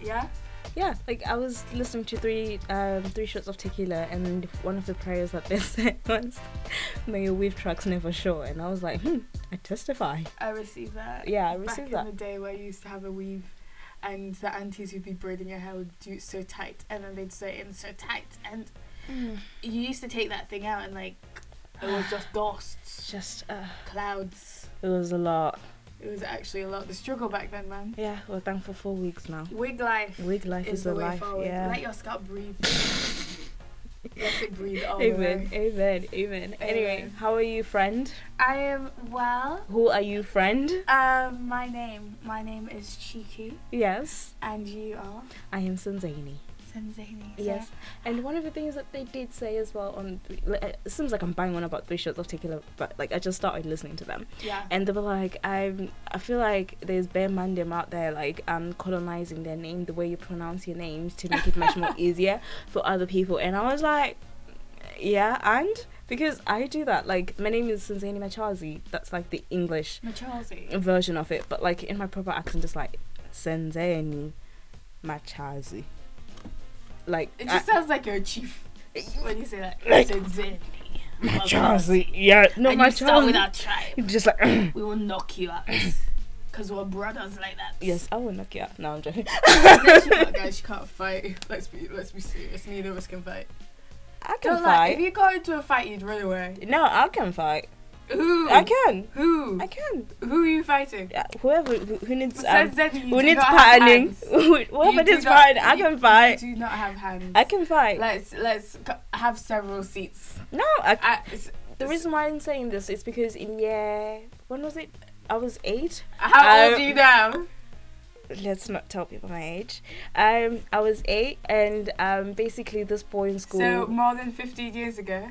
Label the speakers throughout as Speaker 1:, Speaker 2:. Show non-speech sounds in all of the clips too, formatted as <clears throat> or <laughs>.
Speaker 1: Yeah?
Speaker 2: Yeah, like I was listening to three um, three shots of tequila, and one of the prayers that they <laughs> said was, "May your weed trucks never show." And I was like, "Hmm, I testify."
Speaker 1: I received that.
Speaker 2: Yeah,
Speaker 1: Back
Speaker 2: I
Speaker 1: in
Speaker 2: received that.
Speaker 1: the day where I used to have a weave and the aunties would be braiding your hair would do it so tight and then they'd say in so tight and you used to take that thing out and like it was
Speaker 2: <sighs>
Speaker 1: just
Speaker 2: It's
Speaker 1: dust,
Speaker 2: Just uh,
Speaker 1: clouds.
Speaker 2: it was a lot.
Speaker 1: It was actually a lot the struggle back then, man.
Speaker 2: Yeah, we're done for four weeks now.
Speaker 1: Wig life
Speaker 2: Wig life
Speaker 1: is
Speaker 2: is,
Speaker 1: the
Speaker 2: a
Speaker 1: way
Speaker 2: life.
Speaker 1: forward.
Speaker 2: Yeah.
Speaker 1: Let your scalp
Speaker 2: <laughs>
Speaker 1: breathe. Let it breathe all the
Speaker 2: Amen,
Speaker 1: way.
Speaker 2: amen, amen. Anyway,
Speaker 1: Amen.
Speaker 2: how are you, friend?
Speaker 1: I am well.
Speaker 2: Who are you, friend?
Speaker 1: Um, my name, my name is Chiki,
Speaker 2: Yes,
Speaker 1: and you are
Speaker 2: I am Sanzani.
Speaker 1: Sanzani.
Speaker 2: Yes, and one of the things that they did say as well on three, like, it seems like I'm banging on about three shots of tequila, but like I just started listening to them,
Speaker 1: Yeah.
Speaker 2: and they were like, I I feel like there's bare mandem out there like um colonizing their name, the way you pronounce your names to make it
Speaker 1: <laughs>
Speaker 2: much more easier for other people, and I was like, yeah, and because I do that, like my name is Sanzani Machazi, that's like the English
Speaker 1: Machazi.
Speaker 2: version of it, but like in my proper accent, it's like Sanzani Machazi, like
Speaker 1: It
Speaker 2: I- <laughs>
Speaker 1: just sounds like you're a chief when you say that.
Speaker 2: Like-
Speaker 1: Sanzani.
Speaker 2: Machazi, yeah, no,
Speaker 1: and you start with
Speaker 2: Machazi.
Speaker 1: our tribe.
Speaker 2: <laughs> Just like <laughs>
Speaker 1: We will knock you
Speaker 2: <clears throat>
Speaker 1: out. Cause we're brothers like that.
Speaker 2: yes, I will knock you out. No, I'm joking.
Speaker 1: guys, you can't fight. Let's be let's be serious. Neither of us can fight.
Speaker 2: I
Speaker 1: No, like,
Speaker 2: can fight.
Speaker 1: if you got into a fight, you'd run away.
Speaker 2: No, I can fight.
Speaker 1: Who?
Speaker 2: I can.
Speaker 1: Who?
Speaker 2: I can.
Speaker 1: Who are you fighting?
Speaker 2: Yeah, whoever who, who needs um,
Speaker 1: Besides that, you
Speaker 2: who
Speaker 1: do
Speaker 2: needs
Speaker 1: not have
Speaker 2: partnering, <laughs>
Speaker 1: hands.
Speaker 2: whoever
Speaker 1: You do
Speaker 2: needs
Speaker 1: not-
Speaker 2: partnering, I
Speaker 1: you-
Speaker 2: can fight.
Speaker 1: You do not have hands.
Speaker 2: I can fight.
Speaker 1: Let's let's c- have several seats.
Speaker 2: no, I,
Speaker 1: I, it's-
Speaker 2: the reason why I'm saying this is because in year when was it? I was eight.
Speaker 1: how old
Speaker 2: Um,
Speaker 1: are you now?
Speaker 2: let's not tell people my age. Um, I was eight, and um, basically this boy in school.
Speaker 1: So more than 15 years ago,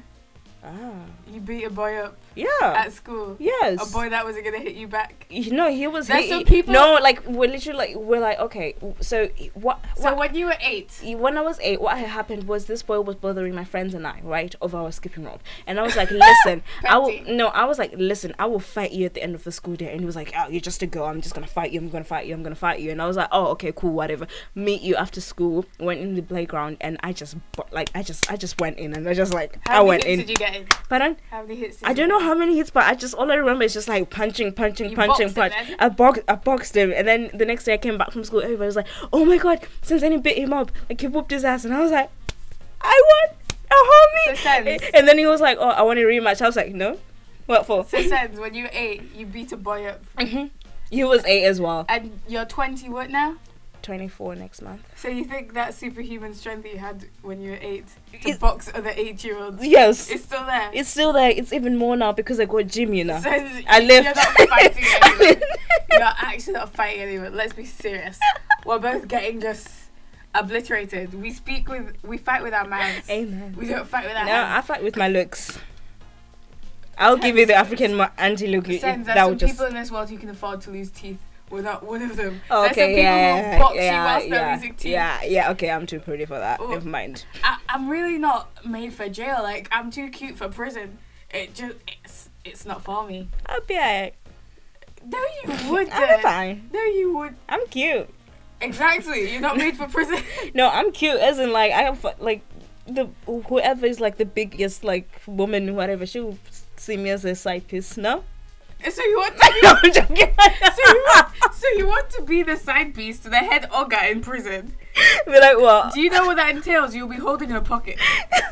Speaker 2: ah,
Speaker 1: you beat a boy up
Speaker 2: yeah,
Speaker 1: at school.
Speaker 2: Oh. yes.
Speaker 1: Uh, A boy that wasn't gonna hit you back.
Speaker 2: You know, he was.
Speaker 1: That's
Speaker 2: hit-
Speaker 1: what people-
Speaker 2: No, like we're literally like we're like okay. w- So what?
Speaker 1: So
Speaker 2: what
Speaker 1: when you were eight,
Speaker 2: when I was eight, what had happened was this boy was bothering my friends and I, right, over our skipping rope. And I
Speaker 1: <laughs>
Speaker 2: was like, listen, I will,
Speaker 1: Petty.
Speaker 2: no, I was like, listen, I will fight you at the end of the school day. And he was like, oh, you're just a girl. I'm just going to fight you. I'm going to fight you. I'm going to fight you. And I was like, oh, okay, cool, whatever. Meet you after school. Went in the playground and I just, bu- like, I just, I just went in and I just, like,
Speaker 1: how
Speaker 2: I
Speaker 1: many
Speaker 2: went
Speaker 1: hits
Speaker 2: in.
Speaker 1: did you get in?
Speaker 2: Pardon?
Speaker 1: How many hits? Did
Speaker 2: I
Speaker 1: you
Speaker 2: don't
Speaker 1: get
Speaker 2: know how many hits, but I just all I remember is just like punching, punching,
Speaker 1: You
Speaker 2: punching,
Speaker 1: boxed him eh?
Speaker 2: punch.
Speaker 1: then?
Speaker 2: I boxed, I boxed him, and then the next day I came back from school. Everybody was like, "Oh my god, Sensei bit him up! Like he whooped his ass!" And I was like, "I want a homie!"
Speaker 1: So sense.
Speaker 2: A- and then he was like, "Oh, I want a rematch." I was like, "No, what for?"
Speaker 1: So Sens, when you were eight, you beat a boy up,
Speaker 2: Mhm. He was eight as well.
Speaker 1: and you're 20. What now?
Speaker 2: Twenty-four next month.
Speaker 1: So you think that superhuman strength that you had when you were eight to
Speaker 2: It-
Speaker 1: box other eight-year-olds
Speaker 2: Yes,
Speaker 1: is
Speaker 2: it's,
Speaker 1: still there?
Speaker 2: still there. It's even more now because I got gym, you know.
Speaker 1: So
Speaker 2: I
Speaker 1: You're
Speaker 2: lived.
Speaker 1: not
Speaker 2: <laughs>
Speaker 1: fighting anyone. you're actually not fighting anyone. Let's be serious. We're both getting just obliterated. We speak with, we fight with our minds.
Speaker 2: Amen.
Speaker 1: We don't fight with our
Speaker 2: No,
Speaker 1: hands.
Speaker 2: I fight with my looks. I'll give you the African ma- anti-look. you-
Speaker 1: Sense, there's
Speaker 2: That
Speaker 1: some
Speaker 2: would just
Speaker 1: people in this world who can afford to lose teeth. We're not one of them. there's some
Speaker 2: Oh, Okay,
Speaker 1: people
Speaker 2: yeah,
Speaker 1: who box you
Speaker 2: yeah,
Speaker 1: whilst they're
Speaker 2: yeah,
Speaker 1: losing teeth.
Speaker 2: yeah, yeah. Okay, I'm too pretty for that.
Speaker 1: Oh.
Speaker 2: Never mind.
Speaker 1: I, I'm really not made for jail. Like I'm too cute for prison. It just, it's, it's not for me.
Speaker 2: I'll be alright.
Speaker 1: No,
Speaker 2: <laughs>
Speaker 1: you wouldn't.
Speaker 2: I'm fine.
Speaker 1: No, you would.
Speaker 2: I'm cute.
Speaker 1: Exactly. You're not made for prison.
Speaker 2: <laughs> No, I'm cute. As in, like, I have like the whoever is like the biggest like woman, whatever. She'll see me as a side piece. No,
Speaker 1: <laughs>
Speaker 2: <laughs>
Speaker 1: so you want to be
Speaker 2: no, I'm joking.
Speaker 1: <laughs> so, you want, so you want to be the side piece to the head ogre in prison?
Speaker 2: <laughs> be like, what?
Speaker 1: Do you know what that entails? You'll be holding your pocket.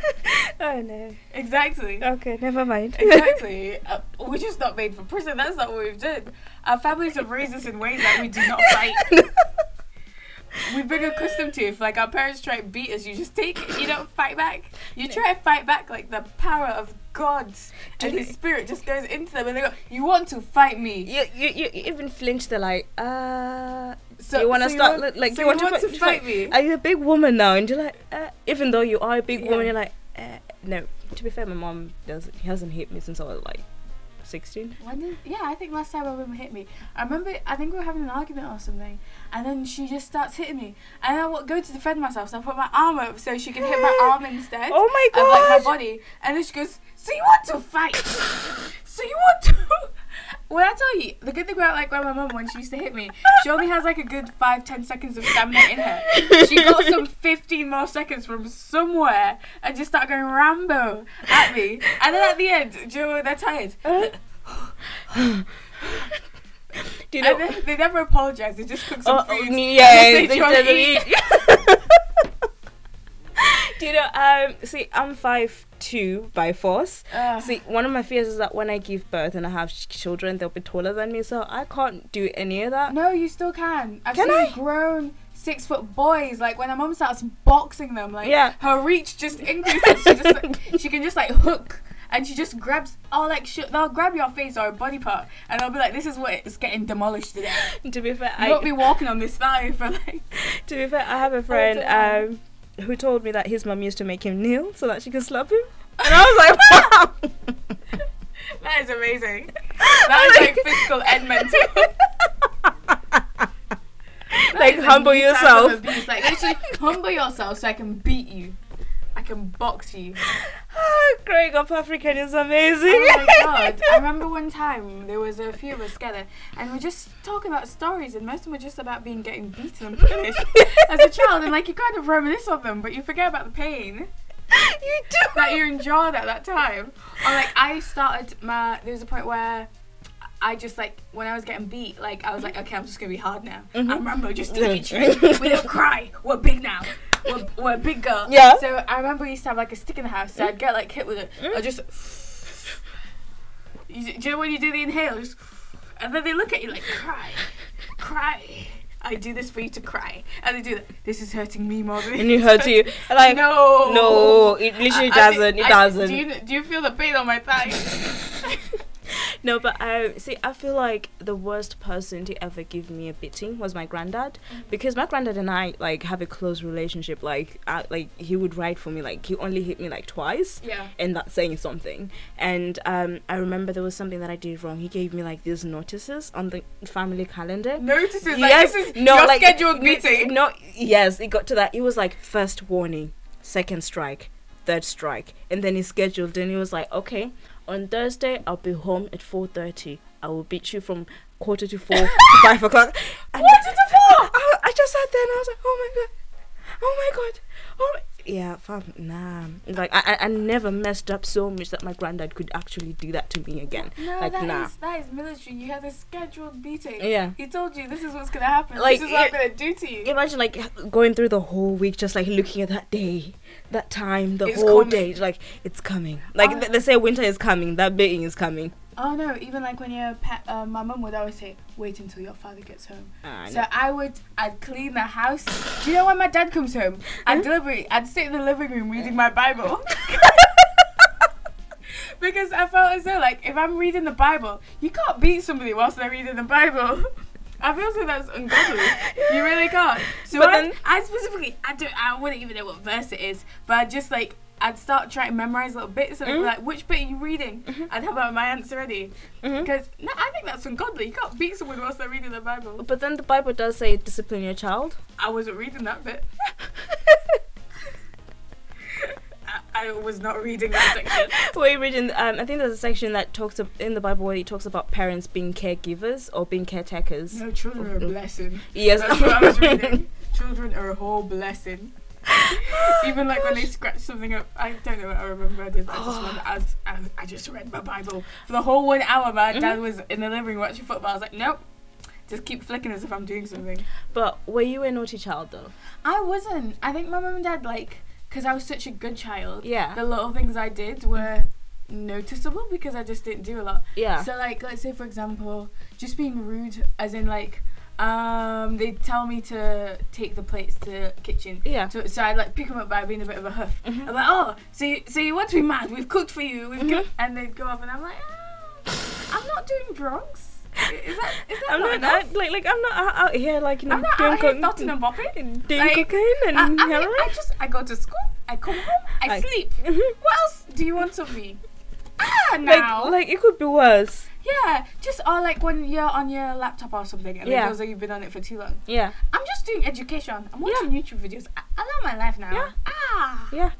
Speaker 2: <laughs> oh no.
Speaker 1: Exactly.
Speaker 2: Okay, never mind. <laughs>
Speaker 1: Exactly. Uh, we're just not made for prison. That's not what we've done. Our families have raised us in ways that we do not like. We've been accustomed to. If like our parents try to beat us, you just take it. You don't fight back. You try to fight back like the power of God and His
Speaker 2: they-
Speaker 1: Spirit just goes into them, and they go, "You want to fight me?"
Speaker 2: You, you, you even flinch. They're like, uh,
Speaker 1: So
Speaker 2: you want to
Speaker 1: so
Speaker 2: start
Speaker 1: want-
Speaker 2: li- like
Speaker 1: so
Speaker 2: you want,
Speaker 1: to,
Speaker 2: fi-
Speaker 1: fight me?
Speaker 2: Are you a big woman now? And you're like, uh, even though you are a big woman,
Speaker 1: Yeah.
Speaker 2: you're like, uh, no. To be fair, my mom doesn't. He hasn't hit me since I was like sixteen.
Speaker 1: When did, yeah, I think last time my mum hit me. I remember, I think we were having an argument or something, and then she just starts hitting me. And I wa- go to defend myself, so I put my arm up so she can hit my
Speaker 2: <gasps>
Speaker 1: arm instead.
Speaker 2: Oh my
Speaker 1: And like my
Speaker 2: god!
Speaker 1: body. And then she goes, So you want to <laughs> fight? so you want to. Well, I tell you, the good thing about like grandma mum when she used to hit me, she only has like a good five, ten seconds of stamina in her. She got
Speaker 2: <laughs>
Speaker 1: some fifteen more seconds from somewhere and just started going Rambo at me. And then at the end, do you know when they're tired?
Speaker 2: Uh-huh. Do you know?
Speaker 1: And then they never apologise. They just cook some
Speaker 2: oh,
Speaker 1: food.
Speaker 2: yeah,
Speaker 1: and they say, E. "Do you wanna
Speaker 2: they
Speaker 1: eat?"
Speaker 2: don't eat.
Speaker 1: <laughs>
Speaker 2: <laughs> Do you know? Um, see, I'm five two by force.
Speaker 1: Ugh.
Speaker 2: See, one of my fears is that when I give birth and I have sh- children, they'll be taller than me, so I can't do any of that. <laughs>
Speaker 1: No, you still can. I've
Speaker 2: Can
Speaker 1: seen
Speaker 2: I?
Speaker 1: grown six foot boys. Like when her mum starts boxing them, like
Speaker 2: Yeah.
Speaker 1: her reach just increases. she, just,
Speaker 2: <laughs>
Speaker 1: like, she can just like hook. And she just grabs, oh, like she, they'll grab your face or a body part, and they'll be like, "This is what is getting demolished today.
Speaker 2: To be fair,
Speaker 1: You
Speaker 2: I
Speaker 1: won't be walking on this thigh for like."
Speaker 2: to be fair, I have
Speaker 1: Oh,
Speaker 2: a friend um, who told me that his mum used to make him kneel so that she could slap him, and I was like, wow.
Speaker 1: <laughs> That is amazing. That is like
Speaker 2: <laughs>
Speaker 1: physical and mental. That
Speaker 2: like
Speaker 1: is a
Speaker 2: humble
Speaker 1: new type of
Speaker 2: yourself.
Speaker 1: abuse. Like literally, humble yourself so I can beat you. I can box you.
Speaker 2: <laughs> Growing up African is amazing.
Speaker 1: Oh my
Speaker 2: <laughs>
Speaker 1: god! I remember one time there was a few of us together, and we're just talking about stories, and most of them were just about being getting beaten and punished as a child, and like you kind of reminisce of them, but you forget about the pain
Speaker 2: you do.
Speaker 1: that you endured at that time. Or like I started my there was a point where I just like when I was getting beat, like I was like, okay, I'm just gonna be hard now.
Speaker 2: Mm-hmm.
Speaker 1: I'm Rambo, just to beat you. We
Speaker 2: <laughs>
Speaker 1: don't cry. We're big now. We're, we're a big girl.
Speaker 2: Yeah. Mm.
Speaker 1: So I remember we used to have like a stick in the house, so I'd get like hit with it. I just. You, do you know when you do the inhale? Just, and then they look at you like cry, cry. I do this for you to cry, and they do that. This is hurting me more than
Speaker 2: and you
Speaker 1: it's <laughs>
Speaker 2: hurt you. Like no,
Speaker 1: no,
Speaker 2: it
Speaker 1: I-
Speaker 2: literally
Speaker 1: I
Speaker 2: doesn't.
Speaker 1: think-
Speaker 2: it
Speaker 1: I-
Speaker 2: doesn't.
Speaker 1: Do you, do you feel the pain on my thigh?
Speaker 2: no, but um, see, I feel like the worst person to ever give me a beating was my granddad because my granddad and I like have a close relationship. Like, I, like he would write for me. Like he only hit me like twice.
Speaker 1: yeah.
Speaker 2: And that's saying something. And um, I remember there was something that I did wrong. He gave me like these notices on the family
Speaker 1: <laughs>
Speaker 2: calendar.
Speaker 1: Notices <laughs> like this is your scheduled
Speaker 2: n-
Speaker 1: meeting.
Speaker 2: No, yes, it got to that. It was like first warning, second strike, third strike, and then he scheduled. And he was like, okay, on Thursday I'll be home at four thirty. I will beat you from quarter to four to
Speaker 1: <laughs>
Speaker 2: five o'clock. And
Speaker 1: Quarter
Speaker 2: I-
Speaker 1: to four?
Speaker 2: I, I just sat there and I was like, oh my god, oh my god, oh. My. Yeah, fam, nah. Like I, I, I never messed up so much that my granddad could actually do that to me again.
Speaker 1: No,
Speaker 2: like
Speaker 1: that
Speaker 2: nah.
Speaker 1: is- that is military. You had a scheduled meeting.
Speaker 2: Yeah.
Speaker 1: He told you this is what's gonna happen.
Speaker 2: Like,
Speaker 1: this is what I'm
Speaker 2: it-
Speaker 1: gonna do to you.
Speaker 2: imagine like going through the whole week just like looking at that day that time the
Speaker 1: It's
Speaker 2: whole
Speaker 1: coming.
Speaker 2: day like it's coming like
Speaker 1: Oh.
Speaker 2: th- they say winter is coming that beating is coming
Speaker 1: Oh no! Even like when you're a pet, uh, my mum would always say, "Wait until your father gets home."
Speaker 2: Ah,
Speaker 1: So I would, I'd clean the house. Do you know when my dad comes home? I'd deliberately, I'd sit in the living room reading my
Speaker 2: <laughs>
Speaker 1: Bible. <laughs> because I felt as though, like, if I'm reading the Bible, you can't beat somebody whilst they're reading the Bible. <laughs> I feel as though that's ungodly. You really can't. So
Speaker 2: But
Speaker 1: I,
Speaker 2: then-
Speaker 1: I specifically, I don't, I wouldn't even know what verse it is, but I just like. I'd start trying to memorize little bits and I'd be
Speaker 2: Mhm.
Speaker 1: like, which bit are you reading?
Speaker 2: Mm-hmm.
Speaker 1: I'd have uh, my answer ready.
Speaker 2: Mhm.
Speaker 1: Because, no, I think that's ungodly. You can't beat someone whilst they're reading the Bible.
Speaker 2: but then the bible does say discipline your child <laughs>
Speaker 1: I wasn't reading that bit. I, I was not reading that section.
Speaker 2: We're reading. Um, I think there's a section that talks ab- in the Bible where it talks about parents being caregivers or being caretakers.
Speaker 1: No, children are a blessing.
Speaker 2: Yes,
Speaker 1: Mm-hmm. That's what I was reading. <laughs> Children are a whole <laughs> blessing. Even like when they scratch something up, I don't know what I remember. I did. I just, <sighs> remember, I, was, I, I just read my Bible for the whole one hour. My dad was in the living room watching football. I was like, nope, just keep flicking as if I'm doing something.
Speaker 2: <laughs> But were you a naughty child though?
Speaker 1: I wasn't. I think my mum and dad like because I was such a good child.
Speaker 2: Yeah.
Speaker 1: The little things I did were noticeable because I just didn't do a lot.
Speaker 2: Yeah.
Speaker 1: So like let's say for example, just being rude as in like um they tell me to take the plates to kitchen.
Speaker 2: Yeah. Mm-hmm.
Speaker 1: So, so I like pick them up by being a bit of a huff. I'm like, oh, so you, so you want to be mad? We've cooked for you. We've cooked. and they'd go off, and I'm like, ah, I'm not doing drugs. Is that is that
Speaker 2: I'm
Speaker 1: not
Speaker 2: not,
Speaker 1: enough?
Speaker 2: out- like like I'm not out- out here like you know
Speaker 1: I'm not
Speaker 2: doing
Speaker 1: out here
Speaker 2: coke-
Speaker 1: dotting and bopping.
Speaker 2: doing
Speaker 1: Like,
Speaker 2: cocaine and
Speaker 1: I, I, mean,
Speaker 2: heroin.
Speaker 1: I just I go to school, I come home, I
Speaker 2: Like-
Speaker 1: sleep.
Speaker 2: Mhm.
Speaker 1: What else do you want of me? Ah, now.
Speaker 2: <laughs> Like, like it could be worse.
Speaker 1: yeah, just or like when you're on your laptop or something, and it
Speaker 2: Yeah.
Speaker 1: feels like you've been on it for too long.
Speaker 2: Yeah,
Speaker 1: I'm just doing education. I'm watching YouTube videos. I, I love my life now.
Speaker 2: Yeah.
Speaker 1: Ah.
Speaker 2: yeah.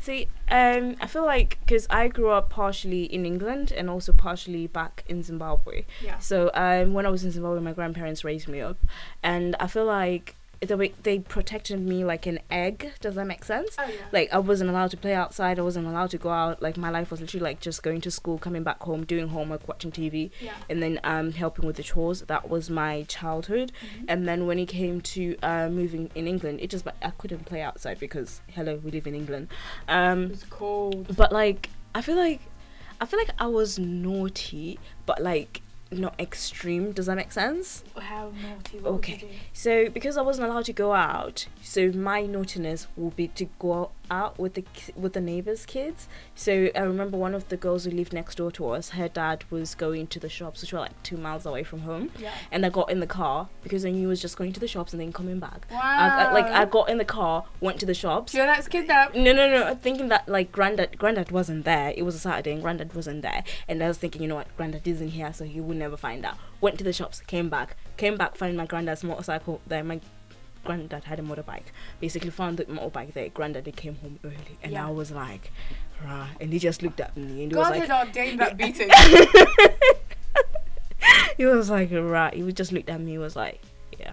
Speaker 2: See, um, I feel like because I grew up partially in England and also partially back in Zimbabwe.
Speaker 1: Yeah.
Speaker 2: So um, when I was in Zimbabwe, my grandparents raised me up, and I feel like the way they protected me like an egg. Does that make sense?
Speaker 1: Oh, yeah.
Speaker 2: Like I wasn't allowed to play outside. I wasn't allowed to go out. Like my life was literally like just going to school, coming back home, doing homework, watching TV,
Speaker 1: Yeah.
Speaker 2: and then um, helping with the chores. That was my childhood. And then when it came to uh, moving in England, it just I couldn't play outside because hello, we live in England. Um,
Speaker 1: It's cold.
Speaker 2: but like i feel like i feel like i was naughty but like not extreme does that make sense
Speaker 1: How naughty? What would you
Speaker 2: okay
Speaker 1: do?
Speaker 2: so because i wasn't allowed to go out so my naughtiness will be to go out with the ki- with the neighbors kids so i remember one of the girls who lived next door to us her dad was going to the shops which were like two miles away from home
Speaker 1: Yeah.
Speaker 2: and i got in the car because i knew he was just going to the shops and then coming back
Speaker 1: Wow.
Speaker 2: I, I- like
Speaker 1: Uh.
Speaker 2: i got Mm, in the car went to the shops
Speaker 1: So that's kidnapped.
Speaker 2: no, no, no. Thinking that like granddad, granddad wasn't there. It was a Saturday and granddad wasn't there. And I was thinking, you know what, granddad isn't here, so he will never find out. Went to the shops, came back, came back, found my granddad's motorcycle there. My granddad had a motorbike. Basically, found the motorbike there. Granddad came home early, and
Speaker 1: Yeah.
Speaker 2: I was like, rah. And he just looked at me and he
Speaker 1: God
Speaker 2: was like,
Speaker 1: had ordained
Speaker 2: <laughs>
Speaker 1: that beating.
Speaker 2: he was like, right. He was- just looked at me. He was like, yeah,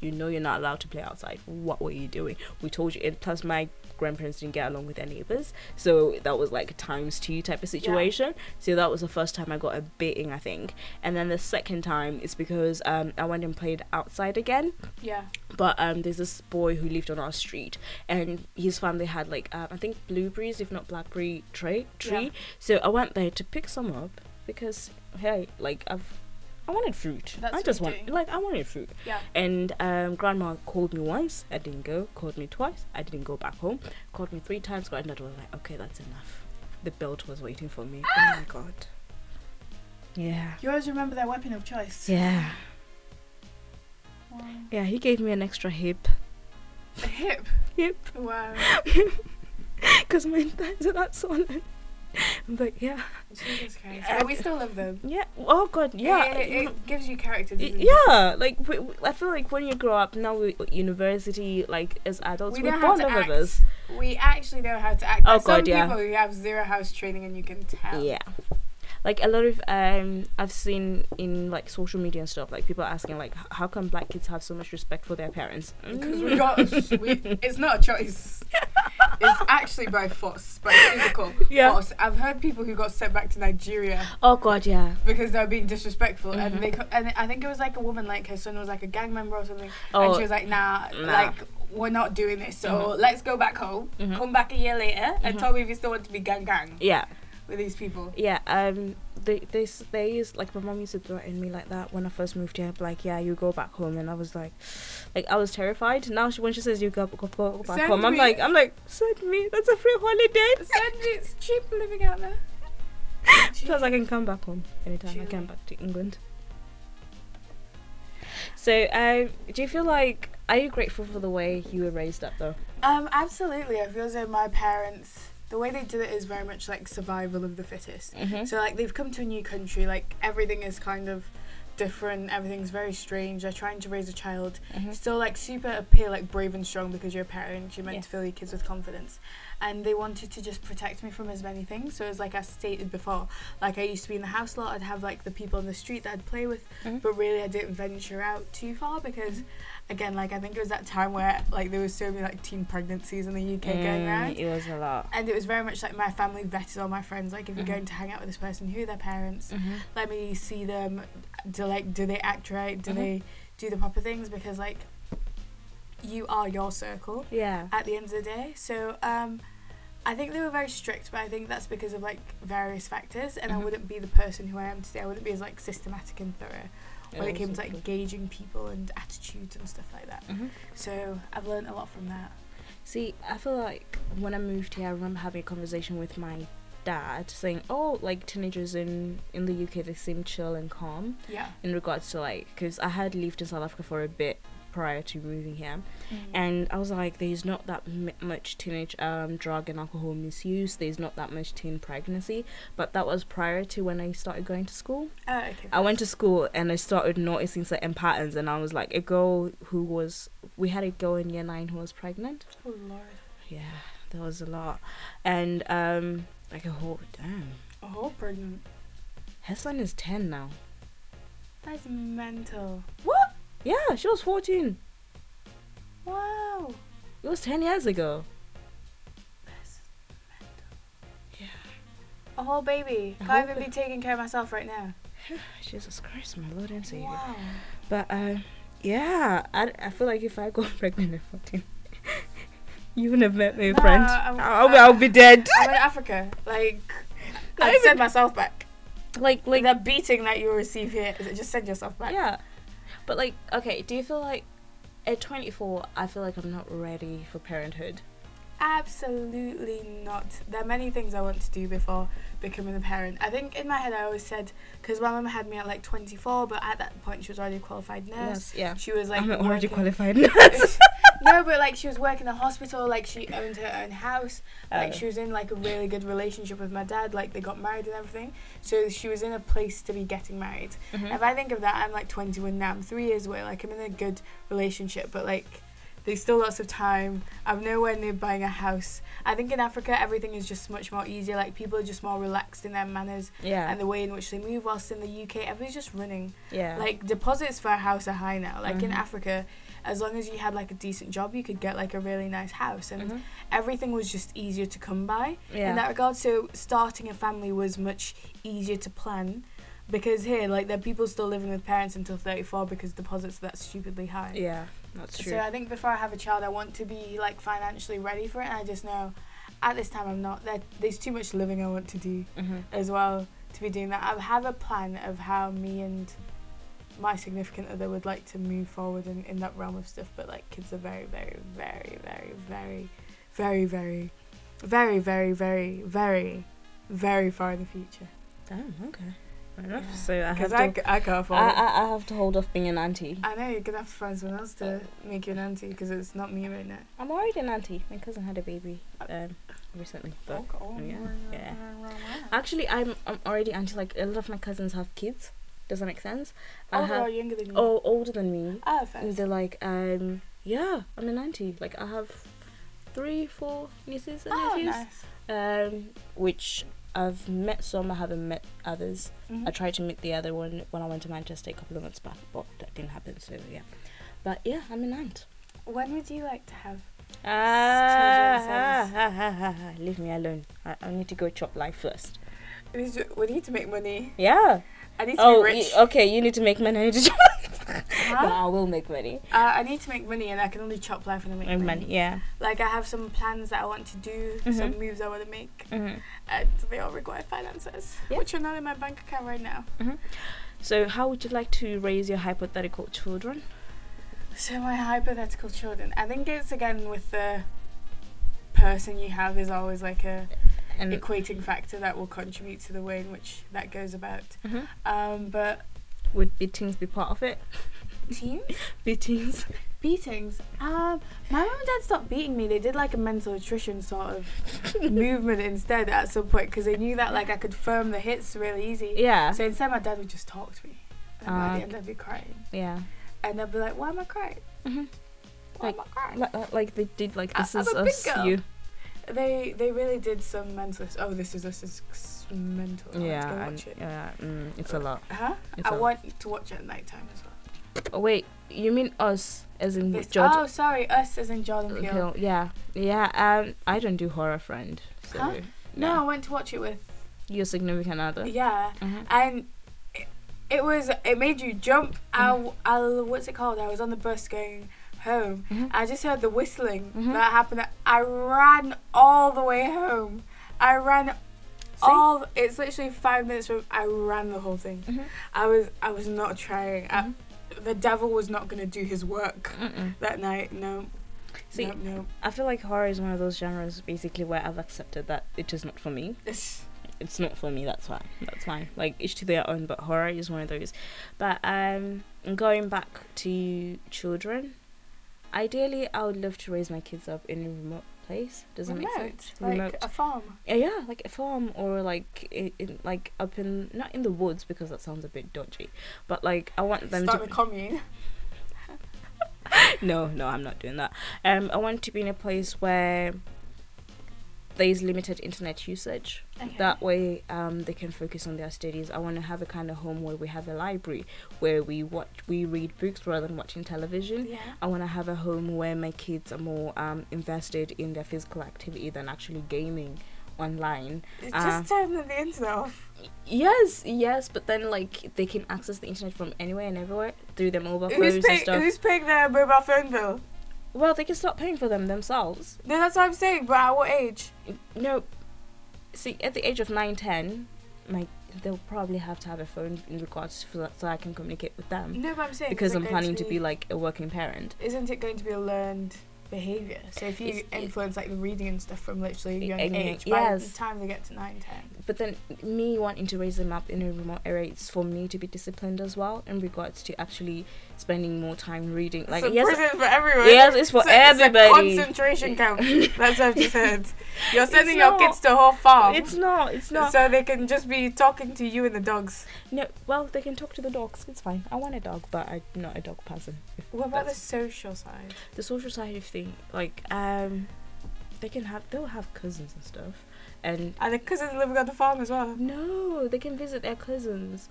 Speaker 2: you know you're not allowed to play outside. What were you doing? We told you. And plus, my grandparents didn't get along with their neighbors, so that was like a times two type of situation. So that was the first time I got a beating, I think. And then the second time is because um, I went and played outside again
Speaker 1: yeah.
Speaker 2: but um, there's this boy who lived on our street, and his family had like um, I think blueberries, if not blackberry tree. Tree.
Speaker 1: Yeah.
Speaker 2: So I went there to pick some up because hey, like I've I wanted fruit.
Speaker 1: That's
Speaker 2: I just
Speaker 1: what you
Speaker 2: want
Speaker 1: do.
Speaker 2: like I wanted fruit.
Speaker 1: Yeah.
Speaker 2: And um, grandma called me once. I didn't go. Called me twice. I didn't go back home. Called me three times. Granddad was like, okay, that's enough. The belt was waiting for me.
Speaker 1: <gasps>
Speaker 2: Oh my god. Yeah.
Speaker 1: You always remember their weapon of choice.
Speaker 2: Yeah.
Speaker 1: Wow.
Speaker 2: Yeah. He gave me an extra hip.
Speaker 1: A hip.
Speaker 2: Hip. <gasps>
Speaker 1: Wow.
Speaker 2: because my thighs are not solid. But yeah,
Speaker 1: Jesus Christ.
Speaker 2: Yeah.
Speaker 1: But we still love them.
Speaker 2: yeah. Oh god, yeah.
Speaker 1: It, it- it gives you character.
Speaker 2: Y-
Speaker 1: doesn't it?
Speaker 2: yeah, like we, we- I feel like when you grow up now, we university, like as adults,
Speaker 1: We
Speaker 2: we
Speaker 1: know
Speaker 2: are
Speaker 1: how
Speaker 2: born
Speaker 1: to
Speaker 2: of
Speaker 1: act.
Speaker 2: others.
Speaker 1: We actually know how to act.
Speaker 2: Oh
Speaker 1: There's some
Speaker 2: God, yeah.
Speaker 1: people who have zero house training and you can tell.
Speaker 2: Yeah, like a lot of um, I've seen in like social media and stuff, like people asking like, "H- how come black kids have so much respect for their parents?
Speaker 1: Because
Speaker 2: Mm.
Speaker 1: we got, we, it's not a
Speaker 2: <laughs>
Speaker 1: choice. It's actually by force, by physical
Speaker 2: Yeah.
Speaker 1: force. I've heard people who got sent back to Nigeria
Speaker 2: Oh god, yeah.
Speaker 1: because they were being disrespectful,
Speaker 2: Mhm.
Speaker 1: and they co- and I think it was like a woman, like her son was like a gang member or something, and
Speaker 2: Oh,
Speaker 1: she was like, nah,
Speaker 2: nah.
Speaker 1: like we're not doing this, so
Speaker 2: Mhm.
Speaker 1: let's go back home,
Speaker 2: Mhm.
Speaker 1: come back a year later, and
Speaker 2: Mhm.
Speaker 1: tell me if you still want to be gang gang
Speaker 2: yeah.
Speaker 1: with these people.
Speaker 2: yeah um they they s- they used like my mom used to threaten me like that when I first moved here like yeah you go back home and I was like like I was terrified now she, when she says you go, go, go go back
Speaker 1: Send
Speaker 2: home I'm
Speaker 1: me.
Speaker 2: like I'm like send me that's a free holiday <laughs>
Speaker 1: So it's cheap living out there.
Speaker 2: plus I can come back home anytime I
Speaker 1: Surely.
Speaker 2: come back to England so um do you feel like are you grateful for the way you were raised up though
Speaker 1: Um, absolutely. I feel as though my parents, the way they did it is very much like survival of the fittest.
Speaker 2: mm-hmm.
Speaker 1: So like they've come to a new country, like everything is kind of different, everything's very strange. They're trying to raise a child,
Speaker 2: Mm-hmm.
Speaker 1: still like super appear like brave and strong because you're a parent. You're meant
Speaker 2: Yeah.
Speaker 1: to fill your kids with confidence, and they wanted to just protect me from as many things. So it's like I stated before, like I used to be in the house a lot. I'd have like the people in the street that I'd play with,
Speaker 2: Mhm.
Speaker 1: but really I didn't venture out too far because, again, like I think it was that time where like there was so many like teen pregnancies in the UK
Speaker 2: Mm,
Speaker 1: going around.
Speaker 2: it was a lot
Speaker 1: And it was very much like my family vetted all my friends. Like, if you're
Speaker 2: Mhm.
Speaker 1: going to hang out with this person, who are their parents?
Speaker 2: mm-hmm.
Speaker 1: Let me see them. Do like, do they act right? Do
Speaker 2: Mhm.
Speaker 1: they do the proper things? Because like, you are your circle
Speaker 2: yeah
Speaker 1: at the end of the day. So um, I think they were very strict, but I think that's because of like various factors. And
Speaker 2: Mhm.
Speaker 1: I wouldn't be the person who I am today. I wouldn't be as like systematic and thorough when it came to like gauging people and attitudes and stuff like that.
Speaker 2: Mhm.
Speaker 1: So I've learned a lot from that.
Speaker 2: See, I feel like when I moved here, I remember having a conversation with my dad saying, "Oh, like teenagers in in the UK, they seem chill and calm
Speaker 1: Yeah.
Speaker 2: in regards to like, because I had lived in South Africa for a bit prior to moving here, and I was like, there's not that m- much teenage um, drug and alcohol misuse. There's not that much teen pregnancy, but that was prior to when I started going to school.
Speaker 1: oh, okay.
Speaker 2: I went to school and I started noticing certain patterns, and I was like, a girl who was, we had a girl in year nine who was pregnant.
Speaker 1: oh Lord.
Speaker 2: Yeah, there was a lot, and um, like a whole damn.
Speaker 1: A whole pregnant.
Speaker 2: Her son is ten now.
Speaker 1: That's mental.
Speaker 2: What? Yeah, she was fourteen.
Speaker 1: Wow.
Speaker 2: It was ten years ago.
Speaker 1: That's mental.
Speaker 2: Yeah.
Speaker 1: A whole baby.
Speaker 2: A
Speaker 1: Can't
Speaker 2: whole
Speaker 1: even
Speaker 2: ba-
Speaker 1: be taking care of myself right now.
Speaker 2: Jesus Christ, my Lord and Savior.
Speaker 1: Wow.
Speaker 2: But uh, yeah, I, I feel like if I got <laughs> pregnant at 14, you wouldn't have met me,
Speaker 1: Nah,
Speaker 2: friend.
Speaker 1: I
Speaker 2: I'll,
Speaker 1: w-
Speaker 2: I'll,
Speaker 1: I-
Speaker 2: be dead.
Speaker 1: I'm in Africa. Like,
Speaker 2: Not
Speaker 1: I'd
Speaker 2: even-
Speaker 1: send myself back.
Speaker 2: <laughs> like,
Speaker 1: Like,
Speaker 2: like,
Speaker 1: the beating that you receive here, just send yourself back.
Speaker 2: yeah. But like, okay, do you feel like at 24, I feel like I'm not ready for parenthood?
Speaker 1: Absolutely not. There are many things I want to do before becoming a parent. I think in my head I always said because my mum had me at like 24, but at that point she was already a qualified nurse.
Speaker 2: Yes, yeah.
Speaker 1: She was like
Speaker 2: I'm an already
Speaker 1: working-
Speaker 2: <laughs> qualified nurse.
Speaker 1: <laughs> no, but like she was working in a hospital. Like she owned her own house. Like
Speaker 2: Oh.
Speaker 1: she was in like a really good relationship with my dad. Like they got married and everything. So she was in a place to be getting married.
Speaker 2: Mhm.
Speaker 1: If I think of that, I'm like 21 now. I'm three years away. Like I'm in a good relationship, but like there's still lots of time. I'm nowhere near buying a house. I think in Africa everything is just much more easier. Like people are just more relaxed in their manners
Speaker 2: Yeah,
Speaker 1: and the way in which they move. Whilst in the UK, everybody's just running.
Speaker 2: yeah.
Speaker 1: Like deposits for a house are high now. Like in
Speaker 2: Mhm.
Speaker 1: Africa, as long as you had like a decent job, you could get like a really nice house, and
Speaker 2: Mhm.
Speaker 1: everything was just easier to come by in that
Speaker 2: yeah,
Speaker 1: regard. So starting a family was much easier to plan because here, like, there are people still living with parents until 34 because deposits are that stupidly high.
Speaker 2: yeah, that's true.
Speaker 1: So I think before I have a child, I want to be like financially ready for it. And I just know at this time I'm not. There, there's too much living I want to do
Speaker 2: hmm
Speaker 1: as well to be doing that. I have a plan of how me and my significant other would like to move forward in, in that realm of stuff, but like kids are very, very, very, very, very, very, very, very, very, very, very, very far in the future.
Speaker 2: Damn, okay. Fair enough.
Speaker 1: Yeah.
Speaker 2: So I have,
Speaker 1: Because
Speaker 2: to,
Speaker 1: I,
Speaker 2: I,
Speaker 1: c- I can't afford it.
Speaker 2: I, I have to hold off being an auntie.
Speaker 1: I know you're gonna have to find someone else to make you an auntie because it's not me right now.
Speaker 2: I'm already an auntie. My cousin had a baby um, recently, but
Speaker 1: Oh.
Speaker 2: yeah, yeah. Actually, I'm I'm already anti. Like a lot of my cousins have kids. Does that make sense?
Speaker 1: Oh,
Speaker 2: I
Speaker 1: they're all
Speaker 2: have
Speaker 1: younger than you.
Speaker 2: oh older than me.
Speaker 1: ah,
Speaker 2: And
Speaker 1: first.
Speaker 2: they're like um yeah, I'm an auntie. Like I have three, four nieces and
Speaker 1: Oh,
Speaker 2: nephews.
Speaker 1: nice.
Speaker 2: Um, which I've met some. I haven't met others.
Speaker 1: Mhm.
Speaker 2: I tried to meet the other one when I went to Manchester a couple of months back, but that didn't happen. So yeah, but yeah, I'm an aunt.
Speaker 1: When would you like to have?
Speaker 2: Ah, ah, ah, ah, ah, leave me alone. I, I need to go chop life first.
Speaker 1: These- We need to make money.
Speaker 2: Yeah.
Speaker 1: I need to
Speaker 2: Oh,
Speaker 1: be rich.
Speaker 2: y- okay. You need to make money. <laughs> I need to chop.
Speaker 1: Huh?
Speaker 2: No, I will make money.
Speaker 1: Uh, I need to make money, and I can only chop life when I make
Speaker 2: Make
Speaker 1: money.
Speaker 2: money. Yeah.
Speaker 1: Like I have some plans that I want to do, some
Speaker 2: Mhm.
Speaker 1: moves I want to make,
Speaker 2: hmm
Speaker 1: and they all require finances,
Speaker 2: Yeah.
Speaker 1: which are not in my bank account right now.
Speaker 2: So, how would you like to raise your hypothetical children?
Speaker 1: So my hypothetical children, I think it's again with the person you have is always like a
Speaker 2: And
Speaker 1: equating factor that will contribute to the way in which that goes about.
Speaker 2: Mhm.
Speaker 1: Um, but
Speaker 2: would beatings be part of it? <laughs> Mm-hmm.
Speaker 1: teens,
Speaker 2: Beatings.
Speaker 1: beatings. Um, my mum and dad stopped beating me. They did like a mental attrition sort of
Speaker 2: <laughs>
Speaker 1: movement instead at some point because they knew that like I could firm the hits really easy.
Speaker 2: Yeah.
Speaker 1: So instead, my dad would just talk to me, and by
Speaker 2: Ah,
Speaker 1: the end, I'd be crying,
Speaker 2: Yeah.
Speaker 1: and I'd be like, "Why am I crying?
Speaker 2: Mm-hmm.
Speaker 1: Why am I crying?"
Speaker 2: Like, like they did. Like
Speaker 1: I-
Speaker 2: this
Speaker 1: I'm
Speaker 2: is
Speaker 1: a big
Speaker 2: us.
Speaker 1: girl.
Speaker 2: You.
Speaker 1: They they really did some mental. Oh, this is us is s- mental. I want to Oh, go
Speaker 2: Yeah.
Speaker 1: watch
Speaker 2: and-
Speaker 1: it.
Speaker 2: Yeah. Mm, it's a lot.
Speaker 1: Huh?
Speaker 2: It's
Speaker 1: I
Speaker 2: a-
Speaker 1: want to watch it at night time as well.
Speaker 2: Oh, wait. You mean us as in
Speaker 1: This-
Speaker 2: George?
Speaker 1: Oh, sorry, us as in Jordan Peele.
Speaker 2: Hill, Yeah. Yeah. Um. I don't do horror, friend. So.
Speaker 1: Huh? No, I
Speaker 2: yeah.
Speaker 1: went to watch it with
Speaker 2: Your significant other.
Speaker 1: yeah,
Speaker 2: Mhm.
Speaker 1: and it, it was it made you jump. I, w- I l- what's it called? I was on the bus going home.
Speaker 2: Mhm.
Speaker 1: I just heard the whistling
Speaker 2: Mhm.
Speaker 1: that happened. I ran all the way home. I ran all. It's literally five minutes from. I ran the whole thing.
Speaker 2: Mhm.
Speaker 1: I was I was not trying. I-
Speaker 2: Mm-hmm.
Speaker 1: the devil was not gonna do his work
Speaker 2: Mm-mm.
Speaker 1: that night. No.
Speaker 2: See,
Speaker 1: no, no.
Speaker 2: I feel like horror is one of those genres basically where I've accepted that it is not for me. It's not for me, that's why. That's fine. Like each to their own, but horror is one of those. But um going back to children, ideally I would love to raise my kids up in a remote place. Does that make
Speaker 1: Remote,
Speaker 2: sense?
Speaker 1: like
Speaker 2: remote.
Speaker 1: a farm.
Speaker 2: Yeah, yeah, like a farm or like in, in like up in not in the woods because that sounds a bit dodgy. But like I want them
Speaker 1: Start
Speaker 2: to
Speaker 1: a commune.
Speaker 2: <laughs> no, no, I'm not doing that. Um, I want to be in a place where there is limited internet usage.
Speaker 1: Okay.
Speaker 2: That way, um, they can focus on their studies. I want to have a kind of home where we have a library where we watch, we read books rather than watching television.
Speaker 1: Yeah.
Speaker 2: I want to have a home where my kids are more um, invested in their physical activity than actually gaming online.
Speaker 1: Just
Speaker 2: Uh,
Speaker 1: turn the internet off.
Speaker 2: Yes, yes, but then like they can access the internet from anywhere and everywhere through their mobile
Speaker 1: Who's
Speaker 2: phones and
Speaker 1: paying?
Speaker 2: stuff.
Speaker 1: Who's paying their mobile phone bill?
Speaker 2: Well, they can start paying for them themselves.
Speaker 1: No, that's what I'm saying. But at what age?
Speaker 2: No, see, at the age of nine, ten, my they'll probably have to have a phone in regards for that, so I can communicate with them
Speaker 1: No, but I'm saying
Speaker 2: because
Speaker 1: is it
Speaker 2: I'm
Speaker 1: going
Speaker 2: planning to be like a working parent.
Speaker 1: Isn't it going to be a learned behavior? So if you
Speaker 2: It's- it-
Speaker 1: influence like the reading and stuff from literally a young
Speaker 2: Eh, eh,
Speaker 1: age, by
Speaker 2: yes.
Speaker 1: the time they get to nine, ten,
Speaker 2: But then me wanting to raise them up in a remote area, it's for me to be disciplined as well in regards to actually spending more time reading. Like
Speaker 1: so
Speaker 2: yes,
Speaker 1: prison for everyone.
Speaker 2: yes, it's for
Speaker 1: So
Speaker 2: everybody.
Speaker 1: It's a concentration camp. That's what you
Speaker 2: <laughs>
Speaker 1: said. You're
Speaker 2: It's
Speaker 1: sending your
Speaker 2: not-
Speaker 1: kids to a whole farm.
Speaker 2: It's not. It's not.
Speaker 1: So they can just be talking to you and the dogs.
Speaker 2: No, well, they can talk to the dogs. It's fine. I want a dog, but I'm not a dog person.
Speaker 1: What about
Speaker 2: That's-
Speaker 1: the social side?
Speaker 2: The social side of thing, like, um, they can have, they'll have cousins and stuff, and
Speaker 1: And the cousins living on the farm as well.
Speaker 2: no, they can visit their cousins,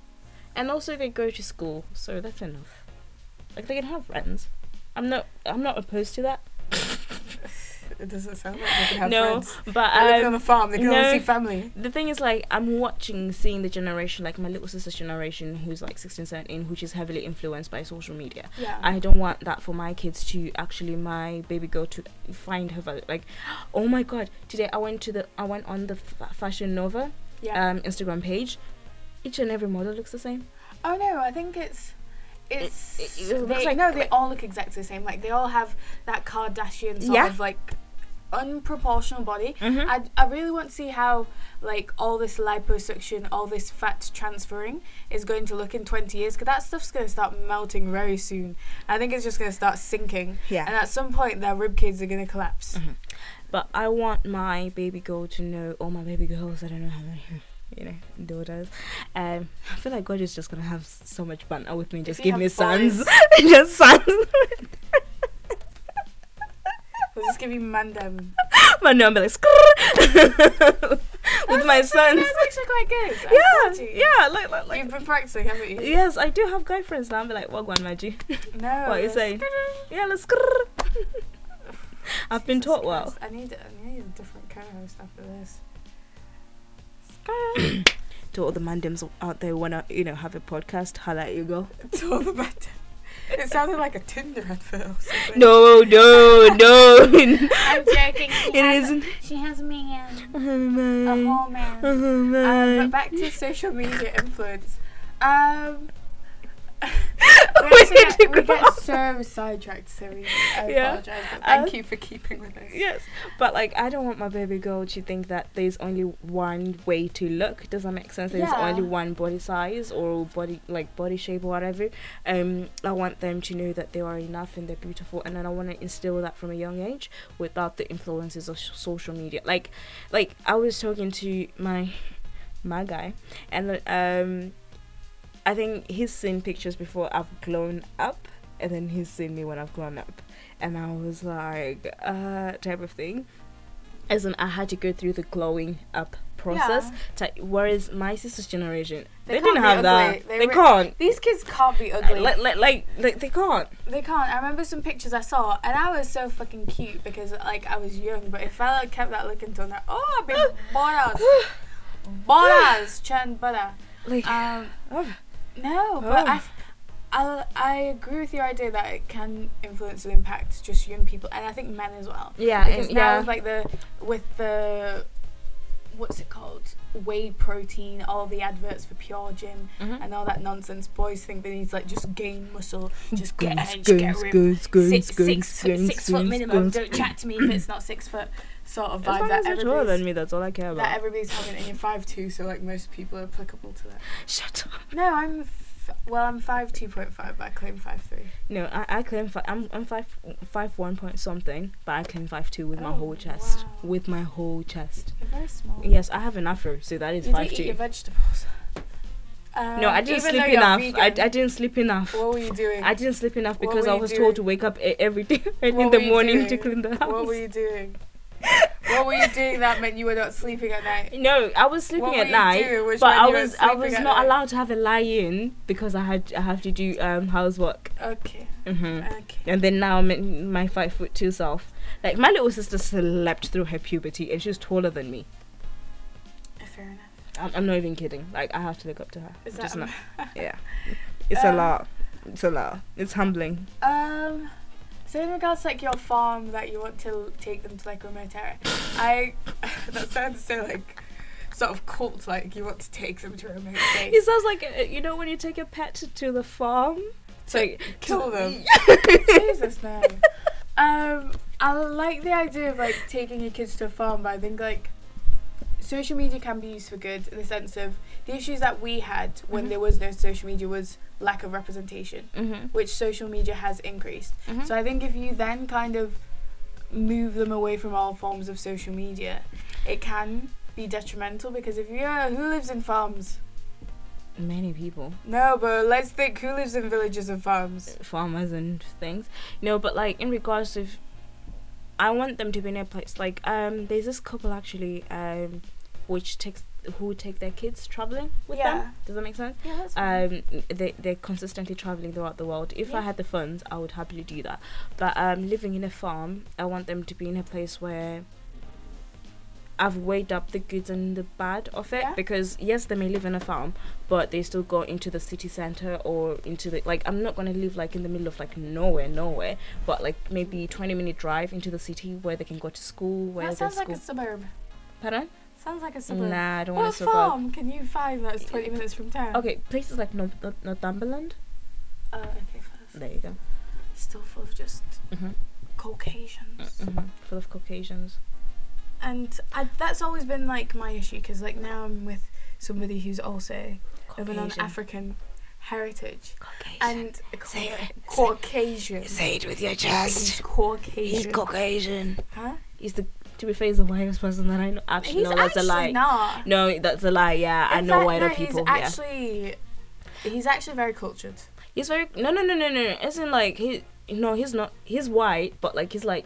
Speaker 2: and also they go to school, so that's enough. Like, they can have friends. I'm not, I'm not opposed to that.
Speaker 1: It doesn't sound like they can have
Speaker 2: No,
Speaker 1: friends.
Speaker 2: but
Speaker 1: They're living on
Speaker 2: um,
Speaker 1: the farm, they can
Speaker 2: no.
Speaker 1: only see family.
Speaker 2: the thing is, like, I'm watching, seeing the generation, like my little sister's generation, who's like 16, 17, which is heavily influenced by social media.
Speaker 1: Yeah.
Speaker 2: I don't want that for my kids to actually my baby girl to find her value. Like, oh my god, today I went to the I went on the F- Fashion Nova
Speaker 1: yeah.
Speaker 2: um, Instagram page. Each and every model looks the same.
Speaker 1: oh no, I think it's. It's
Speaker 2: it- it looks
Speaker 1: they,
Speaker 2: like-
Speaker 1: no, they all look exactly the same. Like they all have that Kardashian sort
Speaker 2: Yeah.
Speaker 1: of like unproportional body.
Speaker 2: Mhm.
Speaker 1: I, I really want to see how like all this liposuction, all this fat transferring is going to look in 20 years because that stuff's going to start melting very soon. I think it's just going to start sinking.
Speaker 2: Yeah.
Speaker 1: And at some point, their rib cages are going to collapse.
Speaker 2: But I want my baby girl to know, all my baby girls, I don't know how many, <laughs> you know, daughters. Um, I feel like God is just gonna have s- so much banter with me. Just
Speaker 1: you
Speaker 2: give
Speaker 1: have
Speaker 2: me
Speaker 1: boys-
Speaker 2: sons, <laughs> just sons.
Speaker 1: <laughs>
Speaker 2: Mm-hmm.
Speaker 1: We'll just give you mandem.
Speaker 2: <laughs> my number like "Skrrr." <laughs> with my sons.
Speaker 1: That's actually quite good. I
Speaker 2: Yeah,
Speaker 1: applaud you.
Speaker 2: yeah, like, like, like
Speaker 1: You've been practicing, haven't you?
Speaker 2: Yes, I do have guy friends now. I'm like, what one, Maji?
Speaker 1: No.
Speaker 2: What you
Speaker 1: it's-
Speaker 2: saying? Yeah, let's. grrr. <laughs> I've been
Speaker 1: Jesus
Speaker 2: taught well.
Speaker 1: Christ, I need, I need a different co-host after this. <laughs>
Speaker 2: To all the mandems out there, wanna you know have a podcast? Holla at you go.
Speaker 1: It's all about It sounded like a Tinder advert or something.
Speaker 2: No, no,
Speaker 1: <laughs>
Speaker 2: no. it
Speaker 3: I'm joking.
Speaker 2: <laughs>
Speaker 3: She has,
Speaker 2: isn't.
Speaker 3: She has me and
Speaker 2: Oh
Speaker 3: a
Speaker 2: man.
Speaker 3: whole man.
Speaker 2: Oh
Speaker 1: Um, but
Speaker 2: man.
Speaker 1: back to social media influence. Um,
Speaker 2: <laughs>
Speaker 1: we,
Speaker 2: Where
Speaker 1: actually
Speaker 2: did you
Speaker 1: get, we
Speaker 2: go?
Speaker 1: get so sidetracked, so we I
Speaker 2: Yeah.
Speaker 1: apologize. But thank
Speaker 2: Um,
Speaker 1: you for keeping with us.
Speaker 2: Yes, but like I don't want my baby girl to think that there's only one way to look. Does that make sense? There's
Speaker 1: Yeah.
Speaker 2: only one body size or body like body shape or whatever. Um, I want them to know that they are enough and they're beautiful, and then I want to instill that from a young age without the influences of sh- social media. Like, like I was talking to my my guy, and um, I think he's seen pictures before I've grown up, and then he's seen me when I've grown up, and I was like, uh, type of thing. As in, I had to go through the glowing up process. Ty- whereas my sister's generation,
Speaker 1: They
Speaker 2: they,
Speaker 1: can't
Speaker 2: didn't
Speaker 1: be
Speaker 2: have
Speaker 1: ugly.
Speaker 2: that.
Speaker 1: They
Speaker 2: They,
Speaker 1: re-
Speaker 2: can't.
Speaker 1: These kids can't be ugly.
Speaker 2: Like, like, like, like, they can't.
Speaker 1: they can't. I remember some pictures I saw, and I was so fucking cute because like I was young. But if I like, kept that look until now, oh, I'd
Speaker 2: <laughs>
Speaker 1: be boras, boras, chan butter.
Speaker 2: <sighs> Like,
Speaker 1: Um,
Speaker 2: oh,
Speaker 1: No, but
Speaker 2: Oh.
Speaker 1: I, I, I agree with your idea that it can influence and impact just young people, and I think men as well.
Speaker 2: yeah,
Speaker 1: because
Speaker 2: and-
Speaker 1: now
Speaker 2: yeah.
Speaker 1: with like the with the what's it called whey protein, all the adverts for Pure Gym
Speaker 2: Mhm.
Speaker 1: and all that nonsense, boys think they need to like just gain muscle, just get
Speaker 2: Guns,
Speaker 1: edge, get
Speaker 2: guns,
Speaker 1: ripped.
Speaker 2: guns, guns,
Speaker 1: Six,
Speaker 2: guns,
Speaker 1: six,
Speaker 2: guns,
Speaker 1: six foot
Speaker 2: guns,
Speaker 1: minimum.
Speaker 2: guns.
Speaker 1: Don't chat to me if it's not six foot sort of
Speaker 2: As
Speaker 1: vibe
Speaker 2: long
Speaker 1: that
Speaker 2: as you're taller than
Speaker 1: everybody's,
Speaker 2: me, that's all I care
Speaker 1: that
Speaker 2: about.
Speaker 1: everybody's having. And you're five two, so like most people are applicable to that.
Speaker 2: Shut up.
Speaker 1: No, I'm f- well. I'm five two point five, but I claim five three.
Speaker 2: No, I, I claim five, I'm I'm five five one point something, but I claim five two with my whole chest,
Speaker 1: Oh, wow.
Speaker 2: with my whole chest.
Speaker 1: You're very small.
Speaker 2: Yes, I have an afro, so that
Speaker 1: you
Speaker 2: is
Speaker 1: do
Speaker 2: five
Speaker 1: eat your
Speaker 2: two.
Speaker 1: vegetables. Um,
Speaker 2: No, I didn't
Speaker 1: even though
Speaker 2: sleep
Speaker 1: you're
Speaker 2: enough. I, I
Speaker 1: vegan,
Speaker 2: didn't sleep enough.
Speaker 1: What were you doing?
Speaker 2: I didn't sleep enough
Speaker 1: What
Speaker 2: because
Speaker 1: were
Speaker 2: I
Speaker 1: you
Speaker 2: was
Speaker 1: doing?
Speaker 2: told to wake up e- every day <laughs> early
Speaker 1: What
Speaker 2: in the
Speaker 1: were you
Speaker 2: morning to
Speaker 1: doing?
Speaker 2: <laughs> clean the house.
Speaker 1: what were you doing? What were you doing that meant you were not sleeping at night?
Speaker 2: No, I was sleeping
Speaker 1: What were
Speaker 2: at
Speaker 1: you
Speaker 2: night,
Speaker 1: doing which
Speaker 2: but
Speaker 1: when
Speaker 2: I
Speaker 1: you were
Speaker 2: was I
Speaker 1: sleeping
Speaker 2: was
Speaker 1: at
Speaker 2: not
Speaker 1: night?
Speaker 2: allowed to have a lie-in because I had I have to do um housework.
Speaker 1: Okay.
Speaker 2: hmm
Speaker 1: Okay.
Speaker 2: And then now I'm in my five foot two self. Like my little sister slept through her puberty, and she's taller than me.
Speaker 1: Fair enough.
Speaker 2: I'm, I'm not even kidding. Like I have to look up to her.
Speaker 1: Is
Speaker 2: Just
Speaker 1: that
Speaker 2: not-
Speaker 1: <laughs>
Speaker 2: yeah, it's
Speaker 1: Um,
Speaker 2: a lot. It's a lot. It's humbling.
Speaker 1: Um, so in regards to like your farm that you want to l- take them to like remote area, I <laughs> that sounds so like sort of cult like you want to take them to a remote place.
Speaker 2: It sounds like uh, you know when you take a pet to- to the farm. It's like
Speaker 1: kill
Speaker 2: <laughs>
Speaker 1: them. Jesus no. Um, I like the idea of like taking your kids to a farm, but I think like social media can be used for good in the sense of the issues that we had when
Speaker 2: Mhm.
Speaker 1: there was no social media was lack of representation,
Speaker 2: Mm-hmm.
Speaker 1: which social media has increased. So I think if you then kind of move them away from all forms of social media, it can be detrimental because if you are who lives in farms?
Speaker 2: many people,
Speaker 1: No, but let's think who lives in villages and farms?
Speaker 2: farmers and things. No, but like in regards to, I want them to be in a place like um. There's this couple actually um, which takes who take their kids traveling with
Speaker 1: Yeah.
Speaker 2: them. Does that make sense?
Speaker 1: Yeah, that's
Speaker 2: Um, they they're consistently traveling throughout the world. If I
Speaker 1: Yeah.
Speaker 2: had the funds, I would happily do that. But um, living in a farm, I want them to be in a place where I've weighed up the good and the bad of it.
Speaker 1: Yeah.
Speaker 2: Because yes, they may live in a farm, but they still go into the city center or into the like. I'm not gonna live like in the middle of like nowhere, nowhere, but like maybe 20 minute drive into the city where they can go to school. Where
Speaker 1: that
Speaker 2: their
Speaker 1: sounds like
Speaker 2: school.
Speaker 1: a suburb.
Speaker 2: Pardon?
Speaker 1: Sounds like a suburb.
Speaker 2: Nah, I don't want
Speaker 1: What
Speaker 2: to suburb.
Speaker 1: farm can you find that's 20 minutes from town?
Speaker 2: Okay, places like North, North, Northumberland.
Speaker 1: Uh, okay, first.
Speaker 2: There you go.
Speaker 1: Still full of just
Speaker 2: hmm
Speaker 1: Caucasians.
Speaker 2: Mm-hmm. Full of Caucasians.
Speaker 1: And I, that's always been like my issue because like now I'm with somebody who's also of an African heritage.
Speaker 2: Caucasian.
Speaker 1: and
Speaker 2: Say it.
Speaker 1: Caucasian.
Speaker 2: Say it with your chest.
Speaker 1: He's Caucasian.
Speaker 2: He's Caucasian.
Speaker 1: huh?
Speaker 2: He's the to be fair, he's the whitest person that I know. Actually,
Speaker 1: He's
Speaker 2: no, that's
Speaker 1: actually
Speaker 2: a lie.
Speaker 1: not.
Speaker 2: No, that's a lie. Yeah, I
Speaker 1: In
Speaker 2: know
Speaker 1: fact,
Speaker 2: whiter
Speaker 1: no,
Speaker 2: people.
Speaker 1: He's actually, he's actually very cultured.
Speaker 2: yeah, he's very no, no, no, no, no. Isn't like he? No, he's not. He's white, but like he's like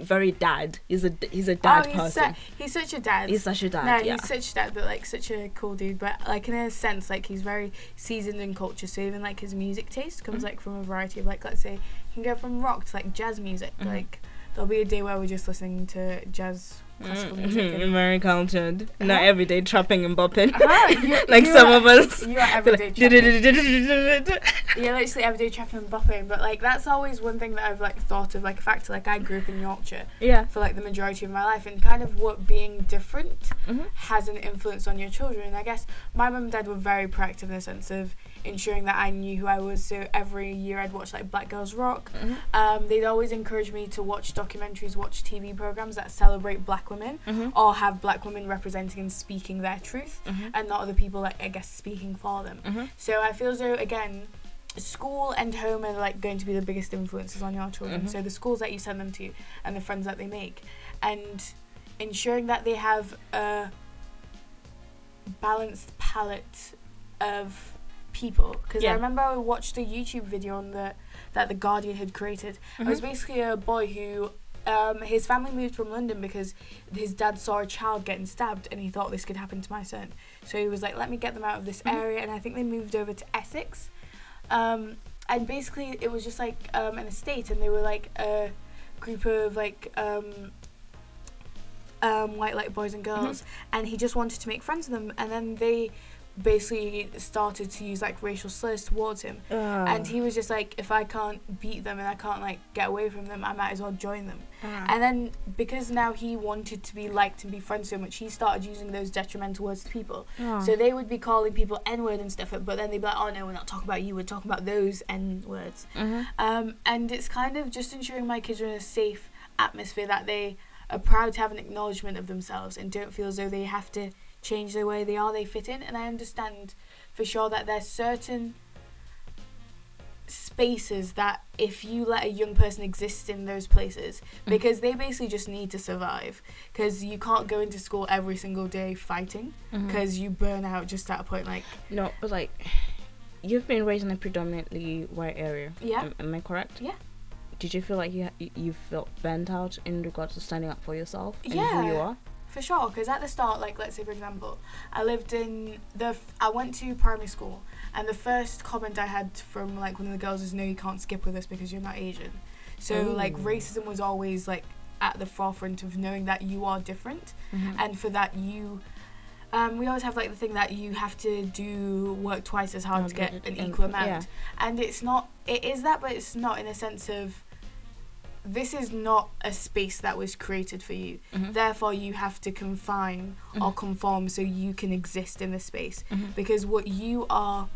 Speaker 2: very dad. He's a he's a dad
Speaker 1: oh, he's,
Speaker 2: person.
Speaker 1: su- he's such a dad.
Speaker 2: he's such a dad.
Speaker 1: no,
Speaker 2: yeah.
Speaker 1: he's such a dad, but like such a cool dude. But like in a sense, like he's very seasoned in culture. So even like his music taste comes
Speaker 2: Mhm.
Speaker 1: like from a variety of like let's say you can go from rock to like jazz music.
Speaker 2: Mhm.
Speaker 1: Like there'll be a day where we're just listening to jazz classical music.
Speaker 2: Mhm,
Speaker 1: and-
Speaker 2: very cultured. Not
Speaker 1: Huh?
Speaker 2: every day trapping
Speaker 1: <laughs>
Speaker 2: and bopping <laughs>
Speaker 1: Ah, you-
Speaker 2: like
Speaker 1: you
Speaker 2: some
Speaker 1: are-
Speaker 2: of
Speaker 1: <laughs>
Speaker 2: us.
Speaker 1: You are everyday trapping.
Speaker 2: trapping.
Speaker 1: You're literally everyday trapping and bopping. But like that's always one thing that I've like thought of. Like a fact, like I grew up in Yorkshire
Speaker 2: <laughs> Yeah.
Speaker 1: for like the majority of my life, and kind of what being different
Speaker 2: hmm
Speaker 1: has an influence on your children. I guess my mum and dad were very proactive in the sense of ensuring that I knew who I was. So every year I'd watch like Black Girls Rock.
Speaker 2: Mm-hmm.
Speaker 1: Um, they'd always encourage me to watch documentaries, watch TV programs that celebrate black women or have black women representing and speaking their truth
Speaker 2: Mm-hmm.
Speaker 1: and not other people, like, I guess, speaking for them. So I feel as though, again, school and home are like going to be the biggest influences on your children.
Speaker 2: Mhm.
Speaker 1: So the schools that you send them to and the friends that they make, and ensuring that they have a balanced palette of people. Because
Speaker 2: Yeah.
Speaker 1: I remember I watched a YouTube video on the that the Guardian had created. It
Speaker 2: Mm-hmm.
Speaker 1: was basically a boy who. Um, his family moved from London because his dad saw a child getting stabbed and he thought this could happen to my son. So he was like, let me get them out of this
Speaker 2: Mhm.
Speaker 1: area. And I think they moved over to Essex. Um, and basically, it was just like um, an estate, and they were like a group of like um, um, white like boys and girls. And he just wanted to make friends with them. And then they basically started to use like racial slurs towards him.
Speaker 2: Oh.
Speaker 1: And he was just like, if I can't beat them and I can't like get away from them, I might as well join them.
Speaker 2: Mm. Ah.
Speaker 1: And then because now he wanted to be liked and be friends so much, he started using those detrimental words to people.
Speaker 2: Ah. Mm.
Speaker 1: So they would be calling people N word and stuff, but then they'd be like, oh no, we're not talking about you, we're talking about those N words.
Speaker 2: Mm-hmm.
Speaker 1: Um, and it's kind of just ensuring my kids are in a safe atmosphere that they are proud to have an acknowledgement of themselves and don't feel as though they have to change the way they are, they fit in. And I understand for sure that there's certain spaces that if you let a young person exist in those places
Speaker 2: Mm.
Speaker 1: because they basically just need to survive because you can't go into school every single day fighting
Speaker 2: Mm.
Speaker 1: because you burn out just at a point like
Speaker 2: Mm-hmm. no, but like, you've been raised in a predominantly white area.
Speaker 1: Yeah.
Speaker 2: Am, am I correct?
Speaker 1: Yeah.
Speaker 2: did you feel like you you- you felt burnt out in regards to standing up for yourself and who
Speaker 1: Yeah.
Speaker 2: you are?
Speaker 1: For sure, because at the start, like let's say for example, I lived in the f- I went to primary school, and the first comment I had from like one of the girls is, "No, you can't skip with us because you're not Asian." So like
Speaker 2: Ooh.
Speaker 1: racism was always like at the forefront of knowing that you are different,
Speaker 2: Mm-hmm.
Speaker 1: and for that you. Um, we always have like the thing that you have to do work twice as hard
Speaker 2: Oh,
Speaker 1: to get
Speaker 2: good,
Speaker 1: an
Speaker 2: and-
Speaker 1: equal
Speaker 2: yeah.
Speaker 1: amount, and it's not. It is that, but it's not in a sense of. This is not a space that was created for you
Speaker 2: Mm-hmm.
Speaker 1: therefore you have to confine or conform so you can exist in this space
Speaker 2: Mm-hmm.
Speaker 1: because what you are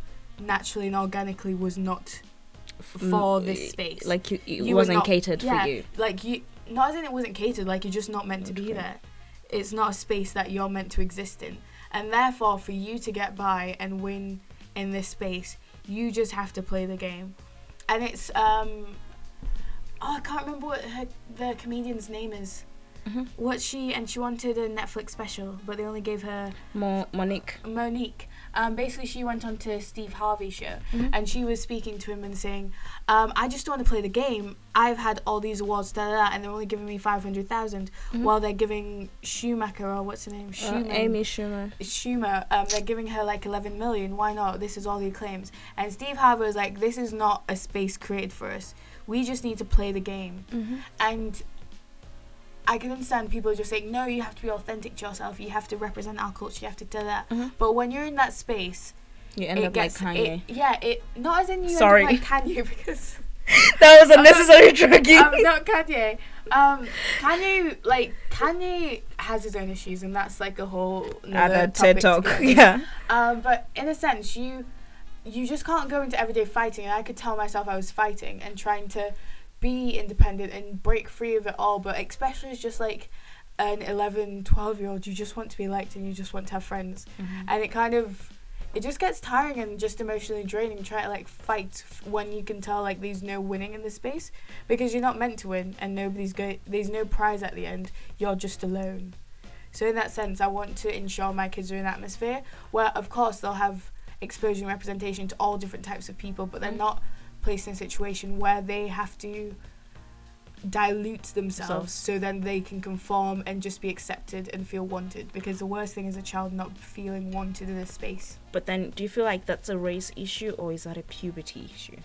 Speaker 1: naturally and organically was not
Speaker 2: Mm,
Speaker 1: for
Speaker 2: y-
Speaker 1: this space
Speaker 2: Like you, it
Speaker 1: You were
Speaker 2: wasn't
Speaker 1: not-
Speaker 2: catered
Speaker 1: yeah,
Speaker 2: for you.
Speaker 1: like you not as in it wasn't catered like you're just not meant to be
Speaker 2: Okay.
Speaker 1: there it's not a space that you're meant to exist in and therefore for you to get by and win in this space you just have to play the game and it's um oh, i can't remember what her, the comedian's name is
Speaker 2: Mhm.
Speaker 1: what she and she wanted a netflix special but they only gave her
Speaker 2: More Monique.
Speaker 1: Monique. Um, basically, she went on to Steve Harvey's show
Speaker 2: Mhm.
Speaker 1: Mm-hmm. and she was speaking to him and saying, um, I just don't want to play the game. I've had all these awards, da da, da and they're only giving me 500,000
Speaker 2: Mhm.
Speaker 1: while they're giving Schumacher, or what's her name?
Speaker 2: Uh,
Speaker 1: Schumann.
Speaker 2: Amy Schumer.
Speaker 1: Schumer, um, they're giving her like 11 million. Why not? This is all he claims. And Steve Harvey was like, This is not a space created for us. We just need to play the game and I can understand people just saying, no, you have to be authentic to yourself. You have to represent our culture. You have to do that.
Speaker 2: Mhm.
Speaker 1: But when you're in that space,
Speaker 2: You end
Speaker 1: it
Speaker 2: up
Speaker 1: gets
Speaker 2: like
Speaker 1: it- <laughs>
Speaker 2: Kanye.
Speaker 1: yeah, it not as in you
Speaker 2: Sorry.
Speaker 1: end up like Kanye <laughs>
Speaker 2: <laughs>
Speaker 1: because
Speaker 2: that was
Speaker 1: I'm not-
Speaker 2: unnecessary <laughs> drugging.
Speaker 1: um, not Kanye. Um, Kanye like Kanye has his own issues, and that's like a whole
Speaker 2: At
Speaker 1: nother
Speaker 2: a
Speaker 1: topic
Speaker 2: TED
Speaker 1: to
Speaker 2: talk. <laughs>
Speaker 1: get into.
Speaker 2: Yeah.
Speaker 1: Um, but in a sense, you you just can't go into everyday fighting. And I could tell myself I was fighting and trying to be independent and break free of it all. But especially as just like an 11, 12 year old, you just want to be liked and you just want to have friends.
Speaker 2: Mm-hmm.
Speaker 1: And it kind of it just gets tiring and just emotionally draining trying to like fight f- when you can tell like there's no winning in this space because you're not meant to win and nobody's go there's no prize at the end you're just alone so in that sense i want to ensure my kids are in an atmosphere where of course they'll have exposure and representation to all different types of people but they're
Speaker 2: Mhm.
Speaker 1: not placed in a situation where they have to dilute themselves so then they can conform and just be accepted and feel wanted because the worst thing is a child not feeling wanted in a space
Speaker 2: But then, do you feel like that's a race issue or is that a puberty issue?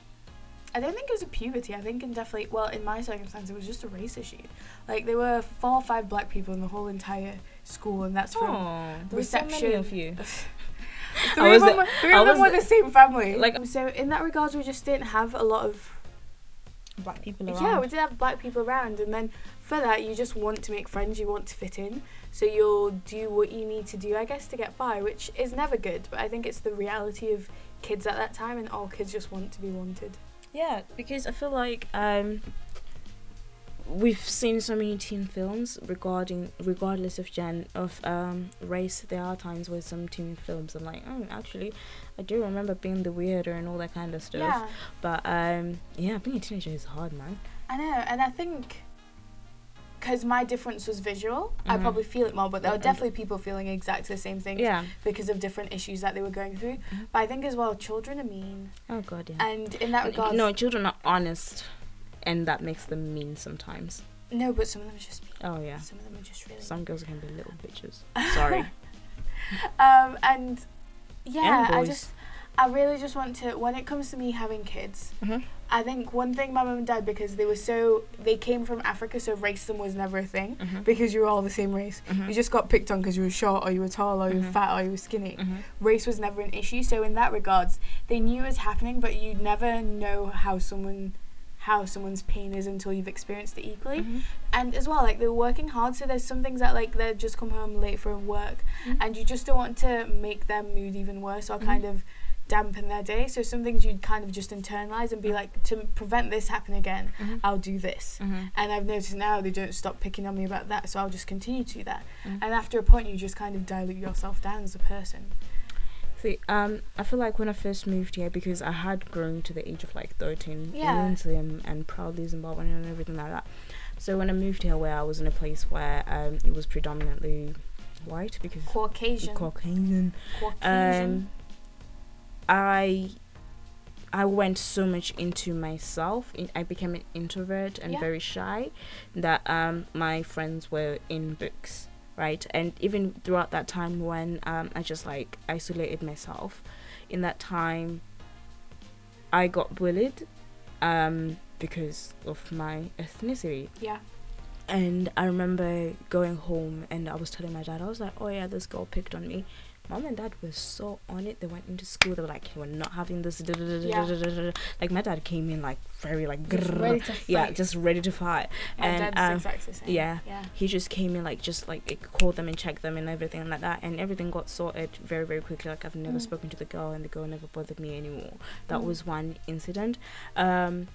Speaker 1: I don't think it was a puberty. I think in definitely, well, in my circumstance, it was just a race issue. Like there were four or five black people in the whole entire school, and that's from
Speaker 2: Oh,
Speaker 1: reception.
Speaker 2: of you.
Speaker 1: <laughs> three
Speaker 2: was
Speaker 1: of them.
Speaker 2: the-
Speaker 1: were, three
Speaker 2: I
Speaker 1: of them
Speaker 2: was
Speaker 1: were the same family.
Speaker 2: like-
Speaker 1: Like so, in that regards, we just didn't have a lot of
Speaker 2: Black people
Speaker 1: yeah, we did have black people around, and then for that, you just want to make friends, you want to fit in, so you'll do what you need to do, I guess, to get by, which is never good. But I think it's the reality of kids at that time, and all kids just want to be wanted.
Speaker 2: Yeah, because I feel like um, we've seen so many teen films regarding regardless of gen of um, race. There are times where some teen films I'm like, mm, actually, I do remember being the weirdo and all that kind of stuff.
Speaker 1: Yeah.
Speaker 2: But um, yeah, being a teenager is hard, man.
Speaker 1: I know, and I think because my difference was visual, I
Speaker 2: Mhm.
Speaker 1: probably feel it more. But there were
Speaker 2: Mhm.
Speaker 1: definitely people feeling exactly the same thing
Speaker 2: Yeah.
Speaker 1: because of different issues that they were going through.
Speaker 2: Mhm.
Speaker 1: But I think as well, children are mean,
Speaker 2: Oh god, yeah.
Speaker 1: and in that
Speaker 2: Y-
Speaker 1: regard,
Speaker 2: No,
Speaker 1: no,
Speaker 2: children are honest, and that makes them mean sometimes.
Speaker 1: but some of them are just mean.
Speaker 2: Oh yeah,
Speaker 1: Some of them are just really.
Speaker 2: some girls can be little bitches.
Speaker 1: <laughs>
Speaker 2: Sorry.
Speaker 1: Um, and yeah,
Speaker 2: And
Speaker 1: I
Speaker 2: boys.
Speaker 1: just, I really just want to. When it comes to me having kids,
Speaker 2: Mhm.
Speaker 1: I think one thing my mum and dad because they were so they came from Africa, so racism was never a thing
Speaker 2: Mhm,
Speaker 1: because you were all the same race.
Speaker 2: mhm,
Speaker 1: You just got picked on because you were short or you were tall or you were
Speaker 2: Mhm.
Speaker 1: fat or you were skinny.
Speaker 2: mhm.
Speaker 1: Race was never an issue, so in that regards, they knew it was happening, but you never know how someone how someone's pain is until you've experienced it equally.
Speaker 2: Mhm.
Speaker 1: And as well, like they're working hard, so there's some things that like they've just come home late from work,
Speaker 2: Mhm.
Speaker 1: and you just don't want to make their mood even worse or
Speaker 2: Mhm.
Speaker 1: kind of dampen their day. So some things you'd kind of just internalize and be like, to prevent this happening again,
Speaker 2: Mhm.
Speaker 1: I'll do this.
Speaker 2: Mhm.
Speaker 1: And I've noticed now they don't stop picking on me about that, so I'll just continue to do that.
Speaker 2: Mhm.
Speaker 1: And after a point, you just kind of dilute yourself down as a person.
Speaker 2: See, um, I feel like when I first moved here, because I had grown to the age of like 13,
Speaker 1: Yeah.
Speaker 2: into and, and proudly Zimbabwean and everything like that. So when I moved here, where I was in a place where um, it was predominantly white because
Speaker 1: Caucasian.
Speaker 2: um, Caucasian,
Speaker 1: Caucasian.
Speaker 2: um, I I went so much into myself. in- I became an introvert and
Speaker 1: Yeah.
Speaker 2: very shy that um, my friends were in books, right? And even throughout that time when um, I just like isolated myself, in that time, I got bullied um, because of my ethnicity.
Speaker 1: Yeah.
Speaker 2: And I remember going home and I was telling my dad, I was like, oh yeah, this girl picked on me. Mom and dad were so on it. They went into school. They were like, we're not having this. da- da- da- da- da-
Speaker 1: Yeah.
Speaker 2: da- da- da." Like my dad came in like very like,
Speaker 1: Just
Speaker 2: grrr.
Speaker 1: ready to
Speaker 2: yeah,
Speaker 1: fight.
Speaker 2: just ready to fight.
Speaker 1: My
Speaker 2: and,
Speaker 1: dad's
Speaker 2: um,
Speaker 1: exactly the same.
Speaker 2: yeah.
Speaker 1: Yeah.
Speaker 2: He just came in like just like it called them and checked them and everything like that. And everything got sorted very very quickly. Like I've never
Speaker 1: Mm.
Speaker 2: spoken to the girl and the girl never bothered me anymore. That
Speaker 1: Mm.
Speaker 2: was one incident. Um,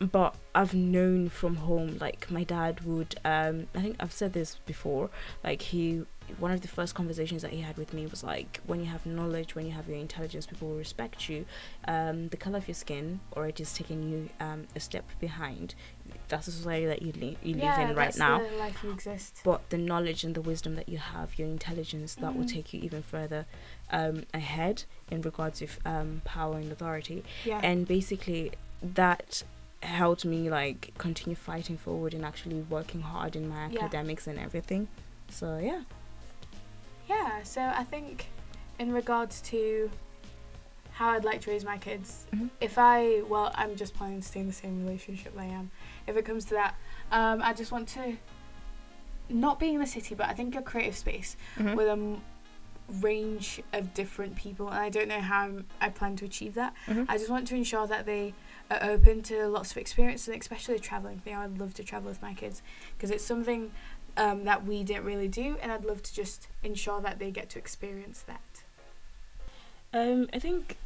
Speaker 2: but I've known from home, like my dad would. Um, I think I've said this before. Like he, one of the first conversations that he had with me was like, when you have knowledge, when you have your intelligence, people will respect you. Um, the color of your skin, or it is taking you um, a step behind. That's the society that you, li- you live in right
Speaker 1: that's
Speaker 2: now
Speaker 1: The life you exist.
Speaker 2: but the knowledge and the wisdom that you have, your intelligence, that will
Speaker 1: Mhm.
Speaker 2: take you even further um, ahead in regards of um, power and authority.
Speaker 1: Yeah.
Speaker 2: And basically, that helped me like continue fighting forward and actually working hard in my
Speaker 1: Yeah.
Speaker 2: academics and everything. So yeah,
Speaker 1: Yeah, so I think in regards to how I'd like to raise my kids,
Speaker 2: Mhm.
Speaker 1: if I, well, I'm just planning to stay in the same relationship that I am. If it comes to that, um, I just want to not be in the city, but I think a creative space with a m- range of different people. And I don't know how I'm, I plan to achieve that. I just want to ensure that they are open to lots of experiences, and especially traveling thing. I would love to travel with my kids because it's something um, that we didn't really do, and I'd love to just ensure that they get to experience that.
Speaker 2: um, I think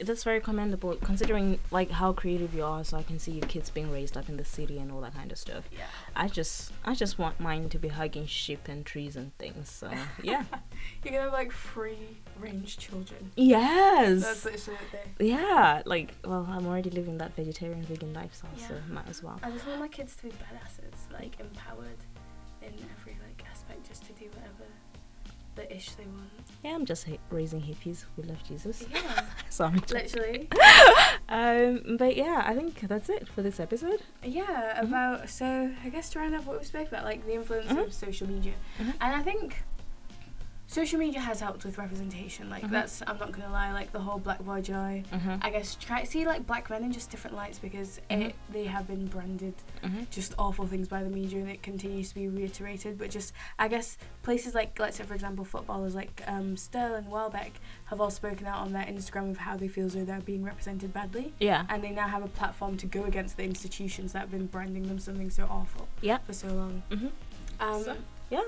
Speaker 2: that's very commendable considering like how creative you are. So I can see your kids being raised up in the city and all that kind of stuff.
Speaker 1: Yeah.
Speaker 2: I just I just want mine to be hugging sheep and trees and things. So <laughs> yeah.
Speaker 1: You're gonna have like free range children.
Speaker 2: yes.
Speaker 1: That's literally what they.
Speaker 2: Yeah, like, well, I'm already living that vegetarian vegan lifestyle, so
Speaker 3: Yeah.
Speaker 2: might as well.
Speaker 3: I just want my kids to be badasses, like empowered in every like aspect, just to do whatever the ish
Speaker 1: <laughs>
Speaker 3: they want.
Speaker 2: Yeah, I'm just hi- raising hippies who love Jesus.
Speaker 3: Yeah,
Speaker 2: <laughs> so I'm joking.
Speaker 3: literally.
Speaker 2: Um, but yeah, I think that's it for this episode.
Speaker 1: Yeah,
Speaker 2: Mhm.
Speaker 1: about so I guess to round up what we spoke about, like the influence
Speaker 2: Mhm.
Speaker 1: of social media,
Speaker 2: Mhm.
Speaker 1: and I think social media has helped with representation. Like
Speaker 2: Mhm.
Speaker 1: that's I'm not gonna lie, like the whole Black Boy Joy.
Speaker 2: Mm-hmm.
Speaker 1: I guess try see like black men in just different lights because
Speaker 2: Mhm.
Speaker 1: it, they have been branded
Speaker 2: mm-hmm.
Speaker 1: just awful things by the media and it continues to be reiterated. But just I guess places like let's say for example footballers like um, Sterling Welbeck have all spoken out on their Instagram of how they feel as though they're being represented badly.
Speaker 2: Yeah.
Speaker 1: And they now have a platform to go against the institutions that have been branding them something so awful
Speaker 2: Yeah.
Speaker 1: for so long.
Speaker 2: Mm-hmm.
Speaker 1: Um,
Speaker 2: So- Yeah.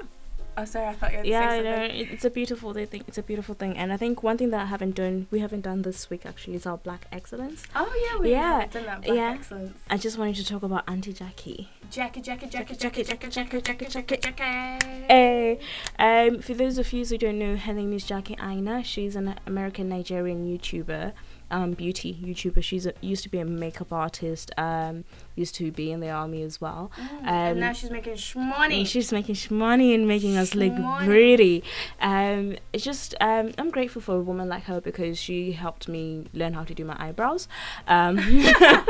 Speaker 1: oh, sorry, I thought you had
Speaker 2: yeah,
Speaker 1: to
Speaker 2: I
Speaker 1: say
Speaker 2: know.
Speaker 1: something.
Speaker 2: It- It's a beautiful they think it's a beautiful thing. And I think one thing that I haven't done we haven't done this week actually is our black excellence.
Speaker 1: Oh yeah, we
Speaker 2: Yeah,
Speaker 1: haven't done that. Black
Speaker 2: yeah.
Speaker 1: excellence.
Speaker 2: I just wanted to talk about Auntie Jackie.
Speaker 1: Jackie, Jackie, Jackie,
Speaker 2: Jackie,
Speaker 1: Jackie,
Speaker 2: Jackie,
Speaker 1: Jackie,
Speaker 2: Jackie,
Speaker 1: Jackie,
Speaker 2: Jackie,
Speaker 1: Jackie,
Speaker 2: Jackie, Eh,
Speaker 1: Jackie, Jackie.
Speaker 2: Hey, um, for those of you who don't know, her name is Jackie Aina. She's an American Nigerian YouTuber, um, beauty YouTuber. She's a, used to be a makeup artist, um, used to be in the army as well. Um,
Speaker 1: Mm, and now she's making shmoney.
Speaker 2: And she's making sh- money and making us look
Speaker 1: Shmoney.
Speaker 2: pretty. Um, it's just um, I'm grateful for a woman like her because she helped me learn how to do my eyebrows. Um, <laughs>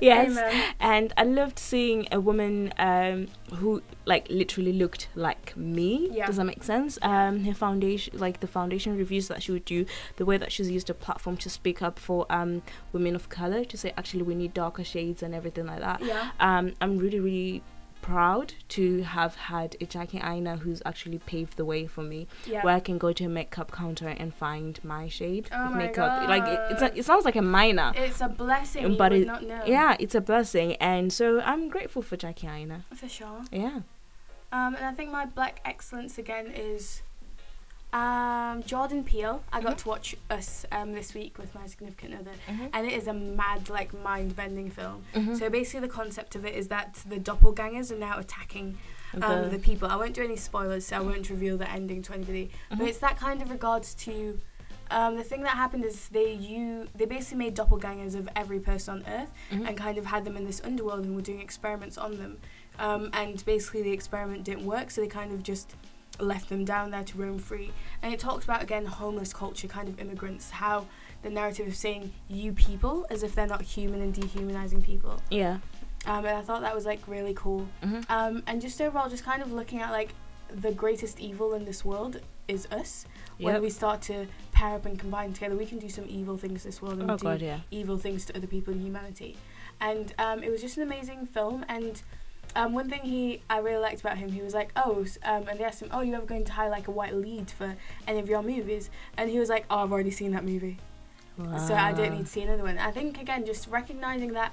Speaker 2: yes,
Speaker 1: Amen.
Speaker 2: and I loved seeing a woman um, who like literally looked like me.
Speaker 1: Yeah.
Speaker 2: Does that make sense? Um, her foundation, like the foundation reviews that she would do, the way that she's used her platform to speak up for um, women of color to say actually we need darker shades and everything like that.
Speaker 1: Yeah.
Speaker 2: Um, I'm really really proud to have had a Jackie Aina who's actually paved the way for me
Speaker 1: Yeah.
Speaker 2: where I can go to a makeup counter and find my shade
Speaker 1: Oh
Speaker 2: of
Speaker 1: my
Speaker 2: makeup like it, it's a,
Speaker 1: God.
Speaker 2: it sounds like a minor
Speaker 1: It's a blessing,
Speaker 2: But
Speaker 1: you would
Speaker 2: it-
Speaker 1: not
Speaker 3: Um,
Speaker 1: know.
Speaker 2: yeah, it's a blessing, and so I'm grateful for Jackie Aina.
Speaker 1: for sure.
Speaker 2: Yeah.
Speaker 1: Um, and I think my black excellence again is um, Jordan Peele. I got
Speaker 2: Mhm.
Speaker 1: to watch Us um, this week with my significant other,
Speaker 3: Mm-hmm.
Speaker 1: and it is a mad, like, mind-bending film.
Speaker 2: Mm-hmm. Mm.
Speaker 1: So basically, the concept of it is that the doppelgangers are now attacking um, the people. I won't do any spoilers,
Speaker 2: Mm-hmm.
Speaker 1: so I won't reveal the ending to anybody. But it's that kind of regards to um, the thing that happened is they you they basically made doppelgangers of every person on Earth
Speaker 2: mm-hmm. Mm.
Speaker 1: and kind of had them in this underworld and were doing experiments on them. Um, and basically, the experiment didn't work, so they kind of just left them down there to roam free. And it talks about again homeless culture, kind of immigrants, how
Speaker 3: the narrative of saying you people as if they're not human and dehumanizing people.
Speaker 2: Yeah.
Speaker 3: Um, and I thought that was like really cool.
Speaker 2: Mhm.
Speaker 3: Um, and just overall, just kind of looking at like the greatest evil in this world is us. When
Speaker 2: Yep.
Speaker 3: we start to pair up and combine together, we can do some evil things to this world and
Speaker 2: Oh
Speaker 3: do
Speaker 2: god, yeah.
Speaker 3: evil things to other people in humanity. And um, it was just an amazing film. And um, one thing he I really liked about him, he was like, oh, s- um, and they asked him, oh, you ever going to hire like a white lead for any of your movies? And he was like, oh, I've already seen that movie, so I don't
Speaker 2: Wow.
Speaker 3: need to see another one. I think again, just recognizing that.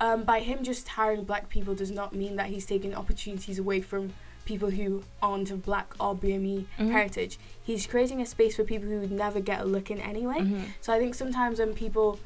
Speaker 3: Um, by him just hiring black people does not mean that he's taking opportunities away from people who aren't of black or BME
Speaker 2: Mhm.
Speaker 3: heritage. He's creating a space for people who would never get a look in anyway.
Speaker 2: Mhm.
Speaker 3: So I think sometimes when people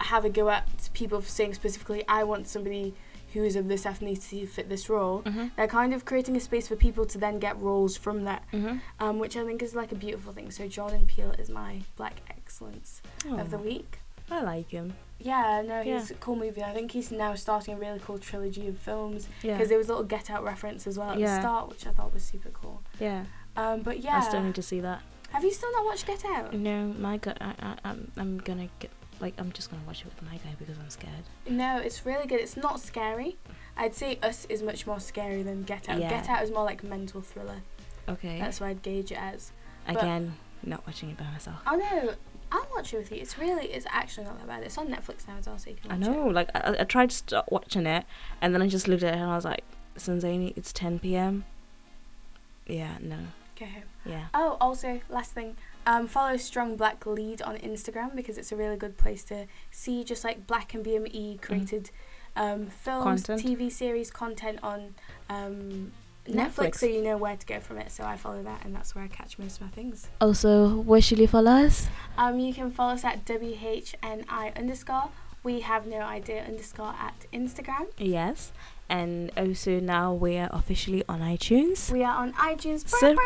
Speaker 3: have a go at people for saying specifically, I want somebody who is of this ethnicity to fit this role,
Speaker 2: Mhm.
Speaker 3: they're kind of creating a space for people to then get roles from that,
Speaker 2: Mhm.
Speaker 3: um, which I think is like a beautiful thing. So Jordan Peele is my black excellence of the
Speaker 2: Aw,
Speaker 3: week.
Speaker 2: I like him.
Speaker 3: Yeah, no,
Speaker 2: Oh. Yeah.
Speaker 3: he's a cool movie. I think he's now starting a really cool trilogy of films
Speaker 2: Yeah.
Speaker 3: because there was a little Get Out reference as well at
Speaker 2: Yeah.
Speaker 3: the start, which I thought was super cool.
Speaker 2: yeah.
Speaker 3: Um, but
Speaker 2: I
Speaker 3: yeah, Oh.
Speaker 2: still need to see that.
Speaker 3: have you still not watched Get Out?
Speaker 2: No, my guy. I, I, I'm, I'm gonna get. Like, I'm just gonna watch it with my guy because I'm scared.
Speaker 3: No, it's really good. It's not scary. I'd say Us is much more scary than Get Out.
Speaker 2: Yeah.
Speaker 3: Get Out is more like mental thriller.
Speaker 2: Okay.
Speaker 3: That's what I'd gauge it as. but-
Speaker 2: Again, not watching it by myself.
Speaker 3: Oh no, I'll watch it with you. It's really, it's actually not that bad. It's on Netflix now as well, so you can
Speaker 2: I
Speaker 3: watch
Speaker 2: know.
Speaker 3: it.
Speaker 2: Like, I, I- I tried to stop watching it, and then I just looked at it and I was like, Sanzani, it's 10 p.m. Yeah. No.
Speaker 3: Go home.
Speaker 2: Yeah.
Speaker 3: Oh, also, last thing. Um, follow Strong Black Lead on Instagram because it's a really good place to see just like Black and BME created um, films,
Speaker 2: Mm-hmm. Content.
Speaker 3: TV series, content on um, Netflix,
Speaker 2: Netflix.
Speaker 3: so you know where to go from it. So I follow that, and that's where I catch most of my things.
Speaker 2: Also, where should you follow us?
Speaker 3: Um, you can follow us at WHNI underscore. We have no idea underscore at Instagram.
Speaker 2: Yes. And also now we are officially on iTunes.
Speaker 3: We are on iTunes.
Speaker 2: So-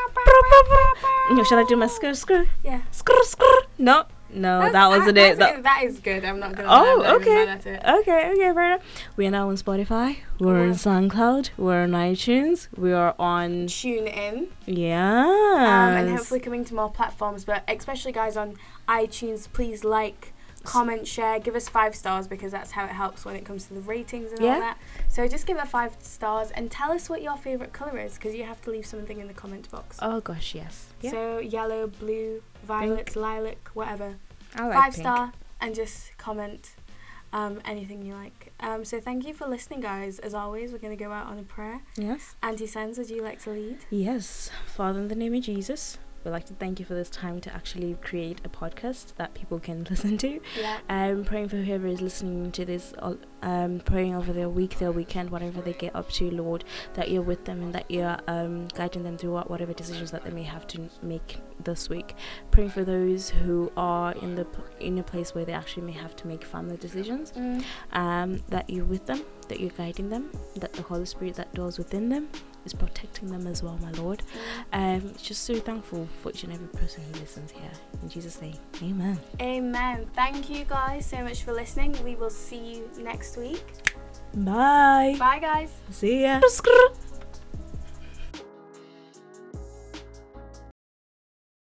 Speaker 2: No, should I do my screw screw
Speaker 3: Yeah.
Speaker 2: screw screw? No, no, that wasn't
Speaker 3: I-
Speaker 2: it. That-
Speaker 3: that's that is good. I'm not gonna.
Speaker 2: Oh,
Speaker 3: lie, I'm not
Speaker 2: okay.
Speaker 3: Gonna lie, that's it.
Speaker 2: Okay, okay, fair enough. We are now on Spotify. We're on
Speaker 3: Wow.
Speaker 2: SoundCloud. We're on iTunes. We are on
Speaker 3: Tune in.
Speaker 2: yeah.
Speaker 3: Um, and hopefully coming to more platforms, but especially guys on iTunes, please like, comment, share, give us five stars because that's how it helps when it comes to the ratings and
Speaker 2: Yeah.
Speaker 3: all that. So just give it five stars and tell us what your favorite color is because you have to leave something in the comment box.
Speaker 2: Oh gosh, yes. Yeah,
Speaker 3: So yellow, blue, violet, lilac, whatever.
Speaker 2: I like
Speaker 3: Five
Speaker 2: pink.
Speaker 3: star and just comment um, anything you like. Um, so thank you for listening, guys. As always, we're going to go out on a prayer.
Speaker 2: Yes.
Speaker 3: Auntie Sands, would you like to lead?
Speaker 2: Yes, Father, in the name of Jesus, we'd like to thank you for this time to actually create a podcast that people can <laughs> listen to.
Speaker 3: Yeah.
Speaker 2: I'm praying for whoever is listening to this, uh, um, praying over their week, their weekend, whatever they get up to, Lord, that you're with them and that you're um, guiding them throughout whatever decisions that they may have to make this week. Praying for those who are in the p- in a place where they actually may have to make family decisions,
Speaker 3: Mm.
Speaker 2: um, that you're with them, that you're guiding them, that the Holy Spirit that dwells within them is protecting them as well, my Lord. Um, just so thankful for each and every person who listens here. In Jesus' name, Amen.
Speaker 3: Amen. Thank you guys so much for listening. We will see you next week.
Speaker 2: Bye.
Speaker 3: Bye, guys.
Speaker 2: See ya.